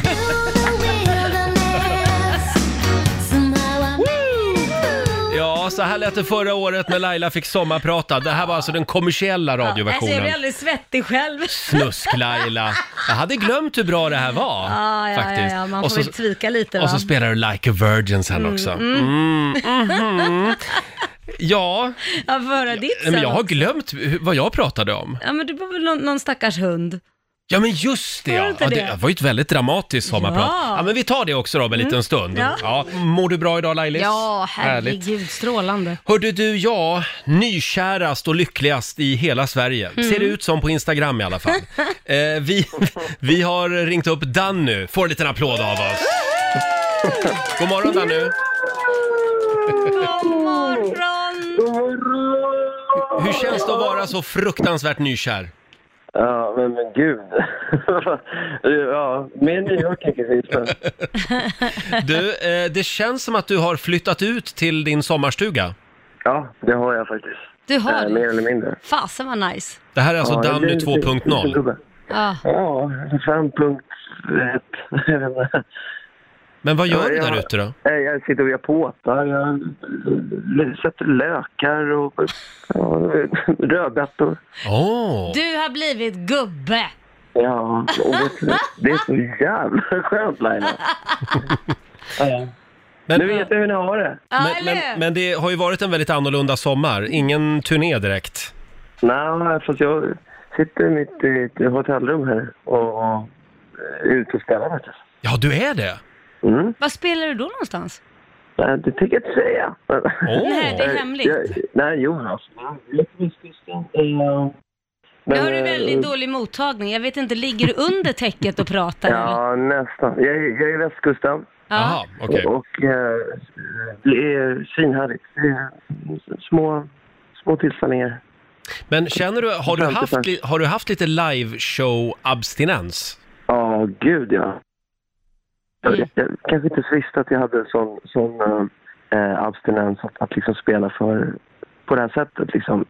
Speaker 1: Ja, så här lät det förra året när Laila fick sommarprata. Det här var alltså den kommersiella
Speaker 3: Alltså jag blir
Speaker 1: radioversionen.
Speaker 3: alldeles svettig själv.
Speaker 1: Snusk-Laila. Jag hade glömt hur bra det här var.
Speaker 3: Ah, Ja, ja, ja,
Speaker 1: faktiskt.
Speaker 3: ja, man
Speaker 1: Och så-
Speaker 3: får väl tvika lite va?
Speaker 1: Och så spelar du Like a Virgin sen också. Mm, mhm. Ja,
Speaker 3: Ja, föra ditt
Speaker 1: men
Speaker 3: sen
Speaker 1: jag har
Speaker 3: också.
Speaker 1: glömt hu- vad jag pratade om.
Speaker 3: Ja, men du var väl någon, någon stackars hund.
Speaker 1: Ja, men just det
Speaker 3: Var det
Speaker 1: ja.
Speaker 3: inte
Speaker 1: ja
Speaker 3: det?
Speaker 1: det var ju ett väldigt dramatiskt sommarprat. Ja.
Speaker 3: Ja.
Speaker 1: men vi tar det också då om en liten stund. Ja.
Speaker 3: Ja.
Speaker 1: Mår du bra idag Lailis?
Speaker 3: Ja,
Speaker 1: Härligt.
Speaker 3: herregud, strålande.
Speaker 1: Hörde du, ja, nykärast och lyckligast i hela Sverige. Ser det ut som på Instagram i alla fall. eh, vi, vi har ringt upp Danny. Får en liten applåd av oss. God morgon Danny.
Speaker 3: God morgon!
Speaker 1: Hur känns det att vara så fruktansvärt nykär?
Speaker 9: Ja, men, men gud. ja, mer nyårsdryck i sista.
Speaker 1: Du, eh, det känns som att du har flyttat ut till din sommarstuga.
Speaker 9: Ja, det har jag faktiskt.
Speaker 3: Du har
Speaker 9: Eh,
Speaker 3: det.
Speaker 9: mer eller mindre.
Speaker 3: Fasen vad nice.
Speaker 1: Det här är alltså
Speaker 9: Ja,
Speaker 1: Danny
Speaker 9: det- det- det-
Speaker 1: 2.0.
Speaker 3: Ja.
Speaker 9: Ja, 5.1. Jag vet inte.
Speaker 1: Men vad gör
Speaker 9: Ja,
Speaker 1: du
Speaker 9: jag-
Speaker 1: där ute då?
Speaker 9: Nej, Jag sitter och jag påtar, jag l- sätter lökar och ja, rödbetor.
Speaker 1: Åh!
Speaker 3: Du har blivit gubbe.
Speaker 9: Ja, och vet du, det är så jävla skönt Laila.
Speaker 1: Men,
Speaker 9: Nu vet jag hur ni har det.
Speaker 3: Ja,
Speaker 1: men,
Speaker 3: eller
Speaker 1: men,
Speaker 3: hur?
Speaker 1: men det har ju varit en väldigt annorlunda sommar. Ingen turné direkt.
Speaker 9: Nej, fast jag sitter mitt i ett hotellrum här och och är ute och spelar faktiskt.
Speaker 1: Ja, du är det?
Speaker 9: Mm.
Speaker 3: Vad spelar du då någonstans?
Speaker 9: Nej, Det tänker jag inte säga.
Speaker 6: Oh,
Speaker 1: Åh!
Speaker 3: Nej,
Speaker 9: äh,
Speaker 3: det är hemligt.
Speaker 9: Eh, Jag, nej, jo alltså.
Speaker 3: Nu har du
Speaker 9: Eh, äh,
Speaker 3: väldigt dålig mottagning. Jag vet inte, ligger du under täcket och pratar? eller?
Speaker 9: Ja, nästan. Jag, är- jag är västkusten.
Speaker 1: Jaha, okej.
Speaker 9: Och eh, det är svinhärligt. Det är små, små tillställningar.
Speaker 1: Men känner du, har du haft,
Speaker 9: 50%.
Speaker 1: li- har du haft lite live-show-abstinens?
Speaker 9: Ja, gud ja. Jag,
Speaker 3: Mm.
Speaker 9: jag kanske inte ens visste att jag hade sån, sån eh, abstinens att, att liksom spela för på det här sättet. Liksom.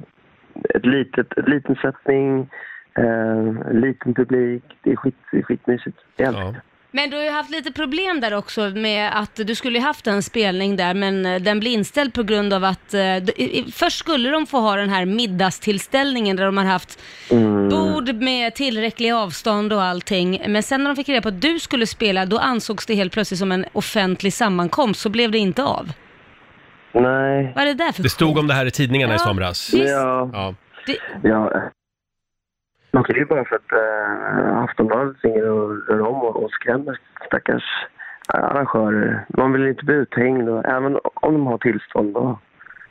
Speaker 9: Ett litet, ett liten sättning, eh, liten publik. Det är, skit, det är skitmysigt. Jag älskar
Speaker 1: Ja.
Speaker 9: det.
Speaker 3: Men du har ju haft lite problem där också med att du skulle ju haft en spelning där men eh, den blir inställd på grund av att eh, d- i- i- först skulle de få ha den här middagstillställningen där de har haft
Speaker 9: Mm.
Speaker 3: bord med tillräckliga avstånd och allting. Men sen när de fick reda på att du skulle spela då ansågs det helt plötsligt som en offentlig sammankomst så blev det inte av.
Speaker 6: Nej.
Speaker 3: Vad är det där för
Speaker 6: Det stod om det här i tidningarna i
Speaker 3: Ja,
Speaker 6: somras.
Speaker 3: visst.
Speaker 6: Ja.
Speaker 3: Det-
Speaker 9: Ja. eh, Man åker ju bara för att äh, Aftonbladet ringer och rör om och, och skrämmer stackars eh, arrangörer. Man vill inte bli uthängd, och, även om de har tillstånd. Då.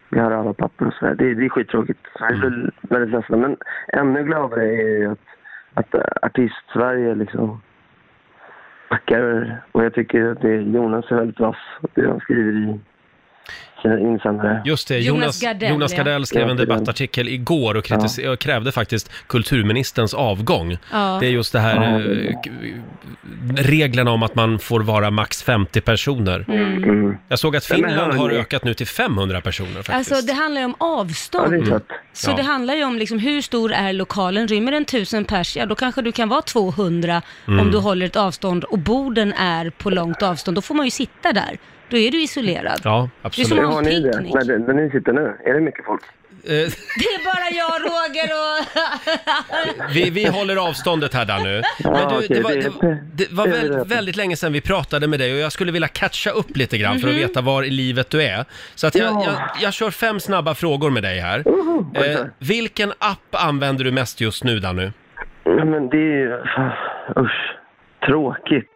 Speaker 9: Vi har alla papper och sådär. Det, det är skittråkigt. Så jag är väl väldigt ledsen. Men ännu gladare är ju att, att eh, Artist-Sverige liksom backar. Och jag tycker att det, Jonas är väldigt vass. Det han skriver i sina insändare.
Speaker 6: Just det,
Speaker 3: Jonas
Speaker 6: Jonas,
Speaker 3: Gardell,
Speaker 6: Jonas
Speaker 3: ja.
Speaker 6: Gardell skrev en
Speaker 3: Jonas Gardell.
Speaker 6: debattartikel igår och, kritis- och krävde faktiskt kulturministerns avgång.
Speaker 3: Ja.
Speaker 6: Det är just det här
Speaker 3: Ja.
Speaker 6: eh, k- reglerna om att man får vara max 50 personer.
Speaker 3: Mm.
Speaker 6: Jag såg att
Speaker 3: Nej, men
Speaker 6: Finland har
Speaker 3: hörni.
Speaker 6: ökat nu till 500 personer faktiskt.
Speaker 3: Alltså det handlar ju om avstånd.
Speaker 6: Ja, det är klart.
Speaker 3: Så
Speaker 6: Ja.
Speaker 3: det handlar ju om liksom, hur stor är lokalen? Rymmer den 1000 pers, ja då kanske du kan vara 200
Speaker 6: Mm.
Speaker 3: om du håller ett avstånd och borden är på långt avstånd. Då får man ju sitta där. Då är du isolerad.
Speaker 6: Ja,
Speaker 3: Det är som att ha
Speaker 9: har
Speaker 3: en
Speaker 9: ni det?
Speaker 3: picknick.
Speaker 9: Nej, det- där ni sitter nu, är det mycket folk?
Speaker 6: Eh,
Speaker 3: Det är bara jag, Roger och...
Speaker 6: Vi, vi håller avståndet här Danny. Men
Speaker 9: Ja,
Speaker 6: du, det
Speaker 9: okej,
Speaker 6: var,
Speaker 9: det-
Speaker 6: det, det var
Speaker 9: det är
Speaker 6: väl,
Speaker 9: rätt.
Speaker 6: väldigt länge sedan vi pratade med dig och jag skulle vilja catcha upp lite grann för att
Speaker 9: Mhm.
Speaker 6: veta var i livet du är. Så att jag,
Speaker 9: Ja.
Speaker 6: jag, jag kör fem snabba frågor med dig här. Eh, vilken app använder du mest just nu Danny?
Speaker 9: Nej, men det är ju... Usch. Tråkigt.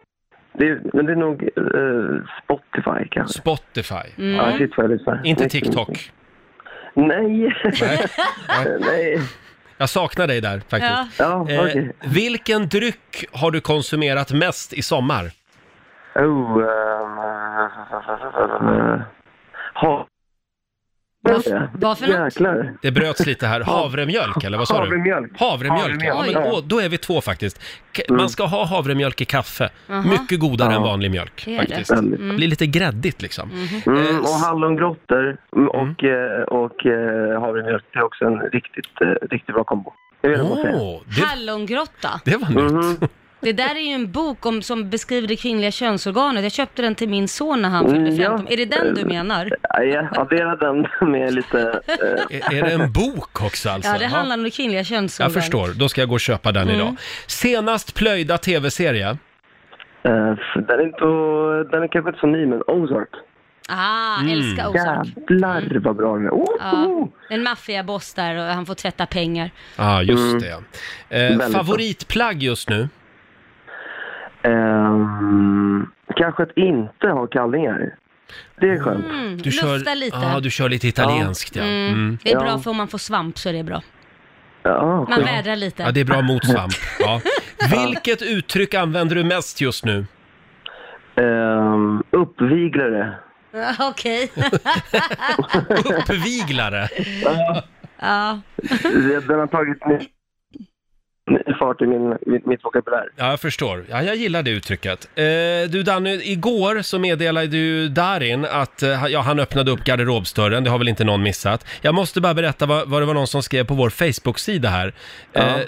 Speaker 9: Det är, men det är nog eh, Spotify kanske.
Speaker 6: Spotify? Mm.
Speaker 9: Ja, shit vad jag lyssnar.
Speaker 6: Inte
Speaker 9: Mycket
Speaker 6: TikTok?
Speaker 9: Nej. Nej.
Speaker 6: Jag saknar dig där faktiskt.
Speaker 9: Ja. Ja, okej.
Speaker 6: vilken dryck har du konsumerat mest i sommar?
Speaker 9: Oh, um, ha.
Speaker 3: Vad för något?
Speaker 9: Jäklar.
Speaker 6: Det bröts lite här. Havremjölk eller vad sa
Speaker 9: Havremjölk.
Speaker 6: du? Havremjölk.
Speaker 9: Havremjölk,
Speaker 6: Havremjölk.
Speaker 9: ja.
Speaker 6: Oj, åh, då är vi två faktiskt. K- Man ska ha havremjölk i kaffe.
Speaker 9: Aha.
Speaker 6: Mycket godare
Speaker 9: Ja.
Speaker 6: än vanlig mjölk
Speaker 9: Det är det.
Speaker 6: faktiskt.
Speaker 9: Mm.
Speaker 6: Blir lite gräddigt liksom.
Speaker 9: Mm, och hallongrottor och, eh, och eh, havremjölk. Det är också en riktigt, eh, riktigt bra kombo. Jag vet inte vad jag säger.
Speaker 3: Hallongrotta.
Speaker 6: Det var nytt.
Speaker 3: Det där är ju en bok om, som beskriver det kvinnliga könsorganet. Jag köpte den till min son när han fyllde
Speaker 9: Mm, ja.
Speaker 3: 15. Är det den du menar?
Speaker 9: Ja, addera den med lite... eh,
Speaker 6: Är, är det en bok också alltså?
Speaker 3: ja, det handlar om det kvinnliga
Speaker 6: Jag
Speaker 3: könsorganet.
Speaker 6: förstår. Då ska jag gå och köpa den
Speaker 3: Mm.
Speaker 6: idag. Senast plöjda tv-serie?
Speaker 9: eh, Den är, inte, den är kanske inte så ny, men Ozark.
Speaker 3: Ah,
Speaker 9: Mm.
Speaker 3: älskar Ozark. Mm.
Speaker 9: Jävlar vad bra den är. Oh,
Speaker 3: Ja, en maffiaboss där och han får tvätta pengar.
Speaker 6: Ja, ah, just
Speaker 9: Mm.
Speaker 6: det. ja.
Speaker 9: Väldigt
Speaker 6: Eh,
Speaker 9: bra.
Speaker 6: favoritplagg just nu?
Speaker 9: Ehm, kanske att inte ha kallingar. i. Det är skönt.
Speaker 3: Mm, lufta lite.
Speaker 6: Ja, du kör lite italienskt ja.
Speaker 3: Mm.
Speaker 6: Mm.
Speaker 3: Det är bra för om man får svamp så är det bra.
Speaker 9: Ja,
Speaker 3: Man
Speaker 6: Ja.
Speaker 3: vädrar lite.
Speaker 6: Ja, det är bra mot svamp. Ja. Vilket uttryck använder du mest just nu?
Speaker 9: Um, uppviglare.
Speaker 3: Okej.
Speaker 6: Uppviglare?
Speaker 3: ja. Mm.
Speaker 9: den har tagit ny, ny fart i min, mitt, mitt vokabulär.
Speaker 6: Ja, jag förstår. Ja, jag gillar det uttrycket. Eh, du Danny, igår så meddelade du Darin att eh, ja, han öppnade upp garderobsdörren, det har väl inte någon missat. Jag måste bara berätta vad, vad det var någon som skrev på vår Facebook-sida här. Eh, eh,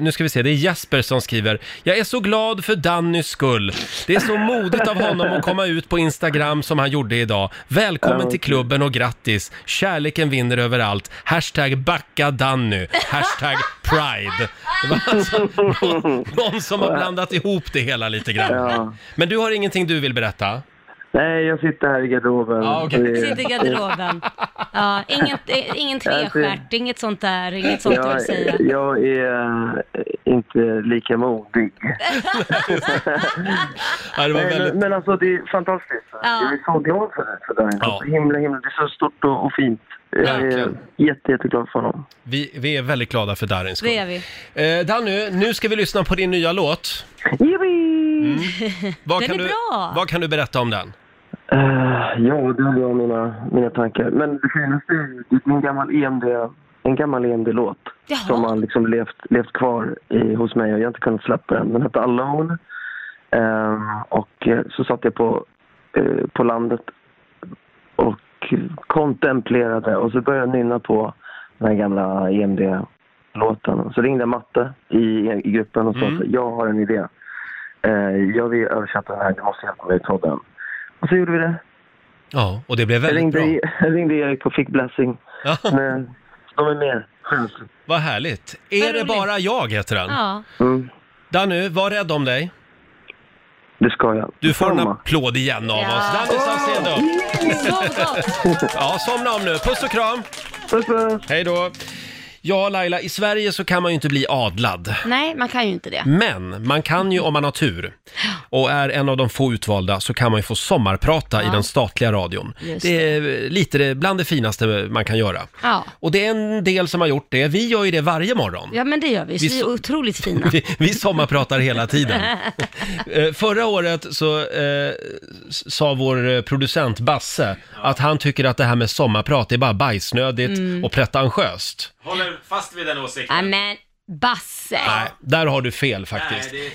Speaker 6: nu ska vi se, det är Jesper som skriver. Jag är så glad för Dannys skull. Det är så modigt av honom att komma ut på Instagram som han gjorde idag. Välkommen till klubben och grattis. Kärleken vinner överallt. Hashtag backa Danny. Hashtag pride. Det var alltså någon, någon som har blandat ihop det hela lite grann.
Speaker 9: Ja.
Speaker 6: Men du har ingenting du vill berätta?
Speaker 9: Nej, jag sitter här i garderoben.
Speaker 6: Ja, okej.
Speaker 9: Det-
Speaker 3: Sitt i garderoben. Ja, ingen, eh, ingen trestjärt, inget sånt där, inget sånt du vill
Speaker 9: jag,
Speaker 3: säga.
Speaker 9: jag är eh, inte lika modig.
Speaker 6: det var
Speaker 9: Nej,
Speaker 6: väldigt-
Speaker 9: men, men alltså det är fantastiskt. Jag är så glad för det. För det.
Speaker 6: Ja.
Speaker 9: Så himla, himla, det är så stort och, och fint. Jag är
Speaker 6: Verkligen.
Speaker 9: jätte, jätteglad för honom.
Speaker 6: Vi, vi är väldigt glada för Darins skull.
Speaker 3: Det är vi.
Speaker 6: Eh, Danny, nu ska vi lyssna på din nya låt.
Speaker 9: Mm.
Speaker 6: Vad,
Speaker 3: Den
Speaker 6: kan
Speaker 3: är
Speaker 6: du,
Speaker 3: bra.
Speaker 6: vad kan du berätta om den?
Speaker 9: Eh, ja, det hade jag mina, mina tankar. Men det finaste är ju- det är en gammal EMD, en gammal EMD-låt som har liksom levt, levt kvar i, hos mig och jag har inte kunnat släppa den. Den hette Alone. Ehm, och eh, så satt jag på, eh, på landet och kontemplerade och så började jag nynna på den här gamla E EMD-låten. Så ringde jag Matte i, i gruppen och sa
Speaker 6: Mm.
Speaker 9: jag har en idé. Eh, jag vill översätta den här, du måste hjälpa mig att ta den. Och så gjorde vi det.
Speaker 1: Ja, och det blev
Speaker 9: Jag
Speaker 1: väldigt
Speaker 9: ringde,
Speaker 1: bra.
Speaker 10: E-
Speaker 9: jag ringde Erik och fick blessing. Men de är med.
Speaker 1: Vad härligt. Är det bara jag heter han.
Speaker 9: Mm,
Speaker 1: Danny, var rädd om dig.
Speaker 9: det ska jag.
Speaker 1: Du får en
Speaker 9: Detsamma.
Speaker 1: applåd igen av oss. Danny Saucedo! Ja, somna om nu. Puss och kram!
Speaker 9: Puss, puss.
Speaker 1: Hej då! Ja, Laila, i Sverige så kan man ju inte bli adlad.
Speaker 3: Nej, man kan ju inte det.
Speaker 1: Men man kan ju om man har tur och är en av de få utvalda så kan man ju få sommarprata i
Speaker 3: Ja.
Speaker 1: den statliga radion.
Speaker 3: Just
Speaker 1: Det är lite det, bland det finaste man kan göra.
Speaker 3: Ja.
Speaker 1: Och det är en del som har gjort det. Vi gör ju det varje morgon.
Speaker 3: ja, men det gör vi. Så
Speaker 1: Vi
Speaker 3: vi är
Speaker 1: så-
Speaker 3: otroligt fina.
Speaker 1: Vi, vi sommarpratar hela tiden. Eh, Förra året så eh, s- sa vår eh, producent Basse att han tycker att det här med sommarprat det är bara bajsnödigt
Speaker 3: Mm.
Speaker 1: och pretentiöst.
Speaker 6: Håller fast vid den åsikten.
Speaker 3: Nej, men Basse.
Speaker 1: Nej, där har du fel faktiskt.
Speaker 6: Nej,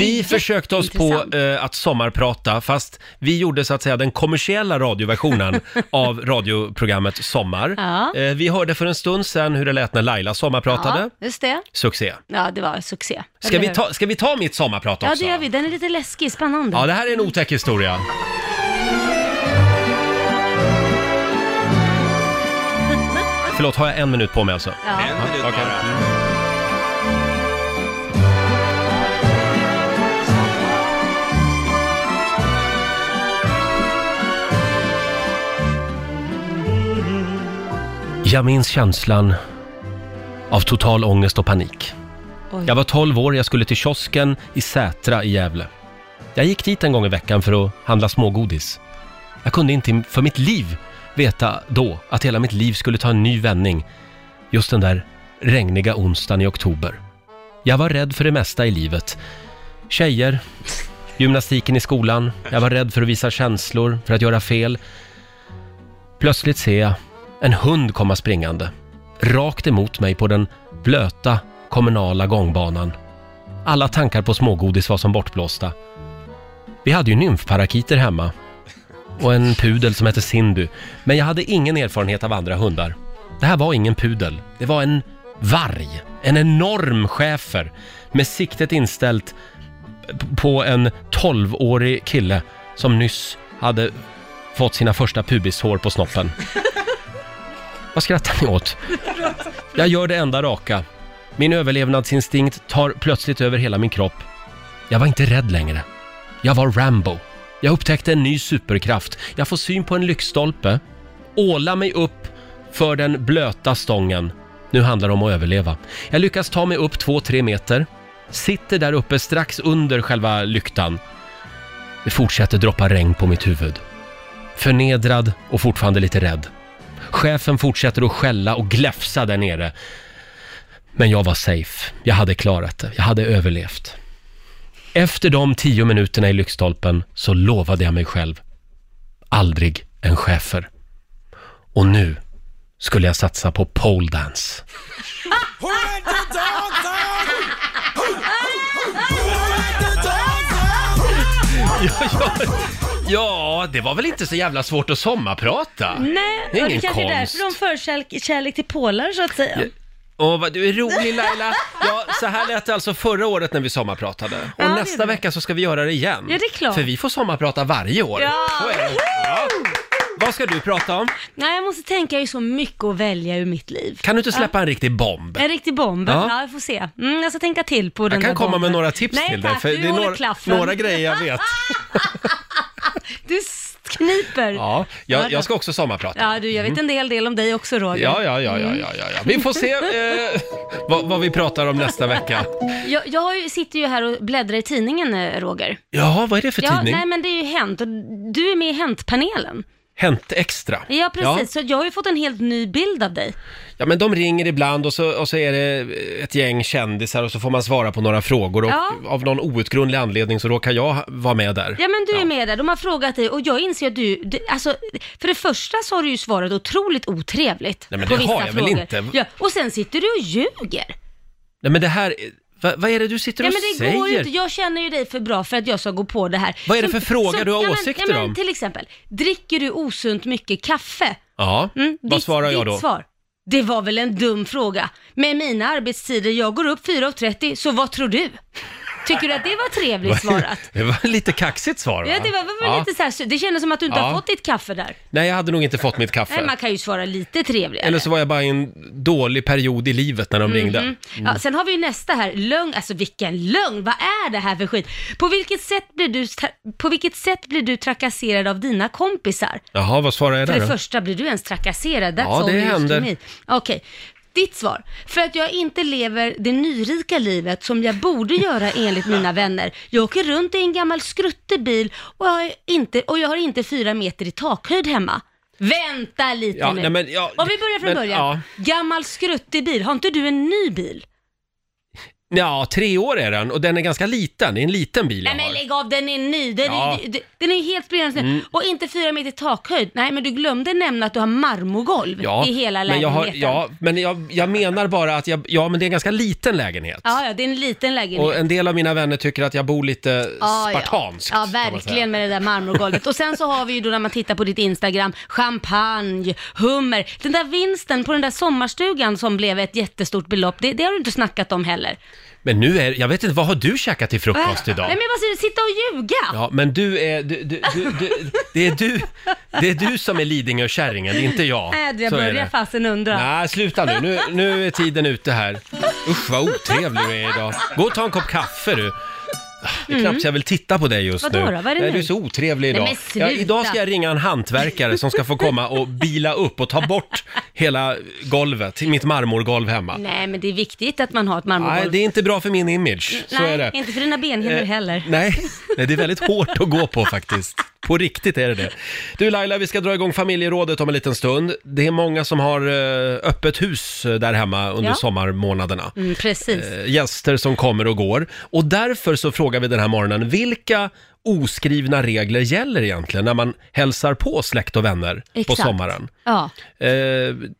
Speaker 1: Vi försökte oss på eh, att sommarprata, fast vi gjorde så att säga den kommersiella radioversionen av radioprogrammet Sommar.
Speaker 3: Ja.
Speaker 1: Eh, vi hörde för en stund sedan hur det lät när Laila sommarpratade.
Speaker 3: Ja, just det.
Speaker 1: Succé.
Speaker 3: Ja, det var succé.
Speaker 1: Ska
Speaker 3: Eller
Speaker 1: vi,
Speaker 3: hur?
Speaker 1: ta, ska vi ta mitt sommarprat
Speaker 3: Ja,
Speaker 1: också?
Speaker 3: det gör vi. Den är lite läskig, spännande.
Speaker 1: Ja, det här är en otäck historia. Förlåt, har jag en minut på mig alltså?
Speaker 3: Ja. En
Speaker 1: minut Jag minns känslan av total ångest och panik.
Speaker 3: Oj.
Speaker 1: Jag var 12 år, jag skulle till kiosken i Sätra i Gävle. Jag gick dit en gång i veckan för att handla smågodis. Jag kunde inte för mitt liv veta då att hela mitt liv skulle ta en ny vändning just den där regniga onsdagen i oktober. Jag var rädd för det mesta i livet. Tjejer, gymnastiken i skolan, jag var rädd för att visa känslor, för att göra fel. Plötsligt ser jag en hund komma springande, rakt emot mig på den blöta kommunala gångbanan. Alla tankar på smågodis var som bortblåsta. Vi hade ju nymfparakiter hemma och en pudel som hette Sindu, men jag hade ingen erfarenhet av andra hundar. Det här var ingen pudel, det var en varg, en enorm schäfer med siktet inställt p- på en 12-årig kille som nyss hade fått sina första pubishår på snoppen. Vad skrattar ni åt? Jag gör det enda raka. Min överlevnadsinstinkt tar plötsligt över hela min kropp. Jag var inte rädd längre. Jag var Rambo. Jag upptäckte en ny superkraft. Jag får syn på en lyktstolpe, åla mig upp för den blöta stången. Nu handlar det om att överleva. Jag lyckas ta mig upp två, tre meter, sitter där uppe strax under själva lyktan. Det fortsätter droppa regn på mitt huvud. Förnedrad och fortfarande lite rädd. Chefen fortsätter att skälla och gläfsa där nere. Men jag var safe. Jag hade klarat det. Jag hade överlevt. Efter de tio minuterna i lyktstolpen så lovade jag mig själv. Aldrig en chefer. Och nu skulle jag satsa på pole dance.
Speaker 5: Who let the dogs out? Who, who, who let the dogs out?
Speaker 1: Ja, ja, ja, det var väl inte så jävla svårt att sommarprata?
Speaker 3: Nej,
Speaker 1: det är
Speaker 3: och
Speaker 1: ingen
Speaker 3: det kanske är
Speaker 1: konst.
Speaker 3: därför de förkärlek kärlek till polare så att säga.
Speaker 1: Åh, vad du är rolig Laila! Ja, så här lät det alltså förra året när vi sommarpratade. Och
Speaker 3: Ja, det
Speaker 1: nästa vecka så ska vi göra det igen.
Speaker 3: Ja, det är klart.
Speaker 1: För vi får sommarprata varje år.
Speaker 3: Ja.
Speaker 1: Så är det. Ja. Vad ska du prata om?
Speaker 3: Nej, jag måste tänka, jag har ju så mycket att välja ur mitt liv.
Speaker 1: Kan du inte släppa en riktig bomb?
Speaker 3: En riktig bomb?
Speaker 1: Ja.
Speaker 3: Ja, jag får se. Mm, jag ska tänka till på den
Speaker 1: Jag kan
Speaker 3: där
Speaker 1: komma
Speaker 3: bomben.
Speaker 1: med några tips
Speaker 3: Nej,
Speaker 1: till
Speaker 3: tack,
Speaker 1: dig, för
Speaker 3: du
Speaker 1: det är
Speaker 3: håller
Speaker 1: några,
Speaker 3: klaffen.
Speaker 1: några grejer jag vet.
Speaker 3: Du s- kniper.
Speaker 1: Ja, jag, jag ska också sommarprata.
Speaker 3: Ja, du, jag vet en hel del om dig också Roger.
Speaker 1: Ja, ja, ja, ja, ja, ja. ja. Vi får se eh, vad, vad vi pratar om nästa vecka.
Speaker 3: Jag, jag har ju, sitter ju här och bläddrar i tidningen eh, Roger.
Speaker 1: Ja, vad är det för
Speaker 3: ja,
Speaker 1: tidning?
Speaker 3: Nej, men det är ju Hänt och du är med i Hänt-panelen.
Speaker 1: Hänt Extra.
Speaker 3: Ja, precis. Så jag har ju fått en helt ny bild av dig.
Speaker 1: Ja, men de ringer ibland och så, och så är det ett gäng kändisar och så får man svara på några frågor och
Speaker 3: Ja.
Speaker 1: av någon outgrundlig anledning så råkar jag ha- vara med där.
Speaker 3: Ja men du är med där, de har frågat dig och jag inser att du, du alltså, för det första så har du ju svarat otroligt otrevligt
Speaker 1: Nej, men
Speaker 3: på
Speaker 1: det
Speaker 3: vissa
Speaker 1: har jag väl
Speaker 3: frågor.
Speaker 1: inte.
Speaker 3: Ja, och sen sitter du och ljuger.
Speaker 1: Nej men det här, va, vad är det du sitter
Speaker 3: ja
Speaker 1: och
Speaker 3: men det
Speaker 1: säger?
Speaker 3: går ju inte, jag känner ju dig för bra för att jag ska gå på det här.
Speaker 1: Vad är det för fråga du har
Speaker 3: ja, men,
Speaker 1: åsikter
Speaker 3: ja, men,
Speaker 1: om?
Speaker 3: Till exempel, dricker du osunt mycket kaffe?
Speaker 1: Ja,
Speaker 3: Mm,
Speaker 1: vad svarar jag
Speaker 3: ditt
Speaker 1: då?
Speaker 3: Svar. Det var väl en dum fråga. Med mina arbetstider, jag går upp 4.30, så vad tror du? Tycker du att det var trevligt svarat?
Speaker 1: Det var lite kaxigt svar
Speaker 3: Ja,
Speaker 1: va?
Speaker 3: det var, var
Speaker 1: Ja.
Speaker 3: lite så här, det kändes som att du inte har
Speaker 1: Ja.
Speaker 3: fått ditt kaffe där.
Speaker 1: Nej, jag hade nog inte fått mitt kaffe.
Speaker 3: Nej, man kan ju svara lite trevligare.
Speaker 1: Eller så var jag bara i en dålig period i livet när de ringde.
Speaker 3: Mhm.
Speaker 1: Mm.
Speaker 3: Ja, sen har vi ju nästa här, lögn, alltså vilken lögn, vad är det här för skit? På vilket sätt blir du, tra- på vilket sätt blir du trakasserad av dina kompisar?
Speaker 1: Jaha, vad svarar jag
Speaker 3: För
Speaker 1: där
Speaker 3: det
Speaker 1: då?
Speaker 3: första, blir du ens trakasserad?
Speaker 1: Ja,
Speaker 3: all
Speaker 1: det
Speaker 3: news to
Speaker 1: händer.
Speaker 3: me. Okej, ditt svar. För att jag inte lever det nyrika livet som jag borde göra enligt mina vänner. Jag åker runt i en gammal skruttig bil och jag, har inte, och jag har inte fyra meter i takhöjd hemma. Vänta lite
Speaker 1: Ja,
Speaker 3: nu.
Speaker 1: nej, men, ja,
Speaker 3: Om vi börjar från
Speaker 1: men,
Speaker 3: början.
Speaker 1: ja.
Speaker 3: Gammal skruttig bil, har inte du en ny bil?
Speaker 1: Ja, tre år är den och den är ganska liten. Det är en liten bil jag
Speaker 3: Nej men
Speaker 1: har.
Speaker 3: lägg av, den är ny. Den,
Speaker 1: Ja.
Speaker 3: är, d- den är ju helt briljerande.
Speaker 1: Mm.
Speaker 3: Och inte fyra meter takhöjd. Nej men du glömde nämna att du har marmorgolv
Speaker 1: Ja,
Speaker 3: i hela
Speaker 1: men jag,
Speaker 3: lägenheten.
Speaker 1: har, ja, men jag, jag menar bara att jag, ja, men det är en ganska liten lägenhet.
Speaker 3: ja, ja, det är en liten lägenhet.
Speaker 1: Och en del av mina vänner tycker att jag bor lite
Speaker 3: Ja,
Speaker 1: spartanskt.
Speaker 3: Ja, ja
Speaker 1: kan man säga.
Speaker 3: verkligen med det där marmorgolvet. Och sen så har vi ju då när man tittar på ditt Instagram, champagne, hummer. Den där vinsten på den där sommarstugan som blev ett jättestort belopp, det, det har du inte snackat om heller.
Speaker 1: Men nu är jag vet inte, vad har du käkat till frukost
Speaker 3: Äh,
Speaker 1: idag?
Speaker 3: Nej men vad säger du, sitta och ljuga!
Speaker 1: Ja, men du är, du, du, du, du, det är du, det är du som är Lidingökärringen, det är inte jag.
Speaker 3: Nej, Äh, du, jag
Speaker 1: Så är
Speaker 3: börjar
Speaker 1: det.
Speaker 3: fasen undra.
Speaker 1: Nej, sluta nu. nu. Nu är tiden ute här. Usch, vad otrevlig du är idag. Gå och ta en kopp kaffe du. Det är
Speaker 3: Mm.
Speaker 1: knappt jag vill titta på dig just
Speaker 3: Vadå
Speaker 1: nu.
Speaker 3: då? Vad är
Speaker 1: Nej,
Speaker 3: det nu?
Speaker 1: Du är så otrevlig
Speaker 3: Nej,
Speaker 1: idag.
Speaker 3: men sluta.
Speaker 1: idag ska jag ringa en hantverkare som ska få komma och bila upp och ta bort hela golvet, mitt marmorgolv hemma.
Speaker 3: Nej men det är viktigt att man har ett marmorgolv.
Speaker 1: Nej, det är inte bra för min image. Så
Speaker 3: Mm. Nej,
Speaker 1: är det.
Speaker 3: inte för dina benhinnor
Speaker 1: Eh,
Speaker 3: heller.
Speaker 1: Nej, nej, det är väldigt hårt att gå på faktiskt. På riktigt är det det. Du Laila, vi ska dra igång familjerådet om en liten stund. Det är många som har eh, öppet hus eh, där hemma under
Speaker 3: Ja.
Speaker 1: sommarmånaderna.
Speaker 3: Mm, precis.
Speaker 1: Eh, Gäster som kommer och går. Och därför så frågar vi den här morgonen, vilka oskrivna regler gäller egentligen när man hälsar på släkt och vänner på
Speaker 3: Exakt.
Speaker 1: sommaren?
Speaker 3: Ja.
Speaker 1: Eh,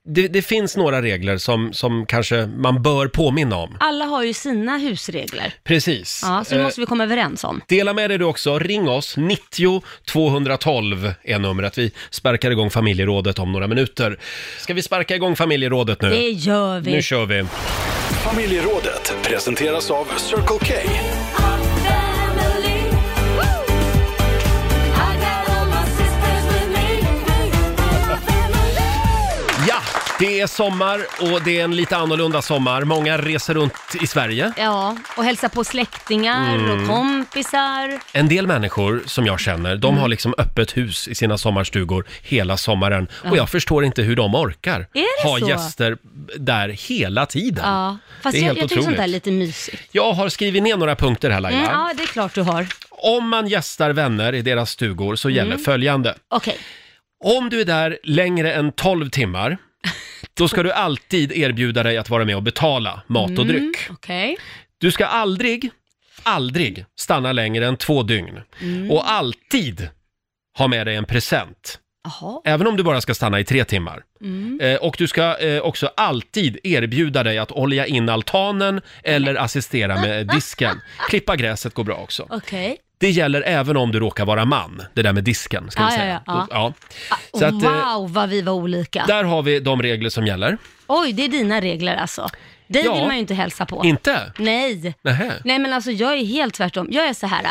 Speaker 1: det, det finns några regler som, som kanske man bör påminna om.
Speaker 3: Alla har ju sina husregler.
Speaker 1: Precis.
Speaker 3: Ja, så det
Speaker 1: Eh,
Speaker 3: måste vi komma överens om.
Speaker 1: Dela med dig du också. Ring oss. 90 212 är numret. Vi sparkar igång familjerådet om några minuter. Ska vi sparka igång familjerådet nu?
Speaker 3: Det gör vi.
Speaker 1: Eh. Nu kör vi.
Speaker 4: Familjerådet presenteras av Circle K.
Speaker 1: Ja, det är sommar och det är en lite annorlunda sommar. Många reser runt i Sverige.
Speaker 3: Ja, och hälsa på släktingar
Speaker 1: Mm.
Speaker 3: och kompisar.
Speaker 1: En del människor som jag känner, de
Speaker 3: Mm.
Speaker 1: har liksom öppet hus i sina sommarstugor hela sommaren.
Speaker 3: Ja.
Speaker 1: Och jag förstår inte hur de orkar
Speaker 3: Är det
Speaker 1: ha
Speaker 3: så?
Speaker 1: gäster där hela tiden.
Speaker 3: Ja, fast
Speaker 1: Det är
Speaker 3: jag,
Speaker 1: helt
Speaker 3: jag tycker sånt där är
Speaker 1: otroligt.
Speaker 3: lite mysigt.
Speaker 1: Jag har skrivit ner några punkter här Laila.
Speaker 3: Mm, ja, det är klart du har.
Speaker 1: Om man gästar vänner i deras stugor så gäller
Speaker 3: Mm.
Speaker 1: följande.
Speaker 3: Okej.
Speaker 1: Om du är där längre än 12 timmar, då ska du alltid erbjuda dig att vara med och betala mat och dryck.
Speaker 3: Mm, Okej.
Speaker 1: Du ska aldrig, aldrig stanna längre än två dygn.
Speaker 3: Mm.
Speaker 1: Och alltid ha med dig en present.
Speaker 3: Jaha.
Speaker 1: Även om du bara ska stanna i tre timmar.
Speaker 3: Mm.
Speaker 1: Eh, och du ska eh, också alltid erbjuda dig att olja in altanen eller assistera med disken. Klippa gräset går bra också.
Speaker 3: Okej.
Speaker 1: Det gäller även om du råkar vara man, det där med disken. Ska
Speaker 3: Ja,
Speaker 1: vi
Speaker 3: ja,
Speaker 1: säga.
Speaker 3: ja, Ah,
Speaker 1: ja. Så att, eh,
Speaker 3: wow, vad vi var olika.
Speaker 1: Där har vi de regler som gäller.
Speaker 3: Oj, det är dina regler alltså. Dig
Speaker 1: Ja.
Speaker 3: vill man ju inte hälsa på.
Speaker 1: Inte?
Speaker 3: Nej.
Speaker 1: Nähä.
Speaker 3: Nej men alltså jag är helt tvärtom. Jag är så här, äh,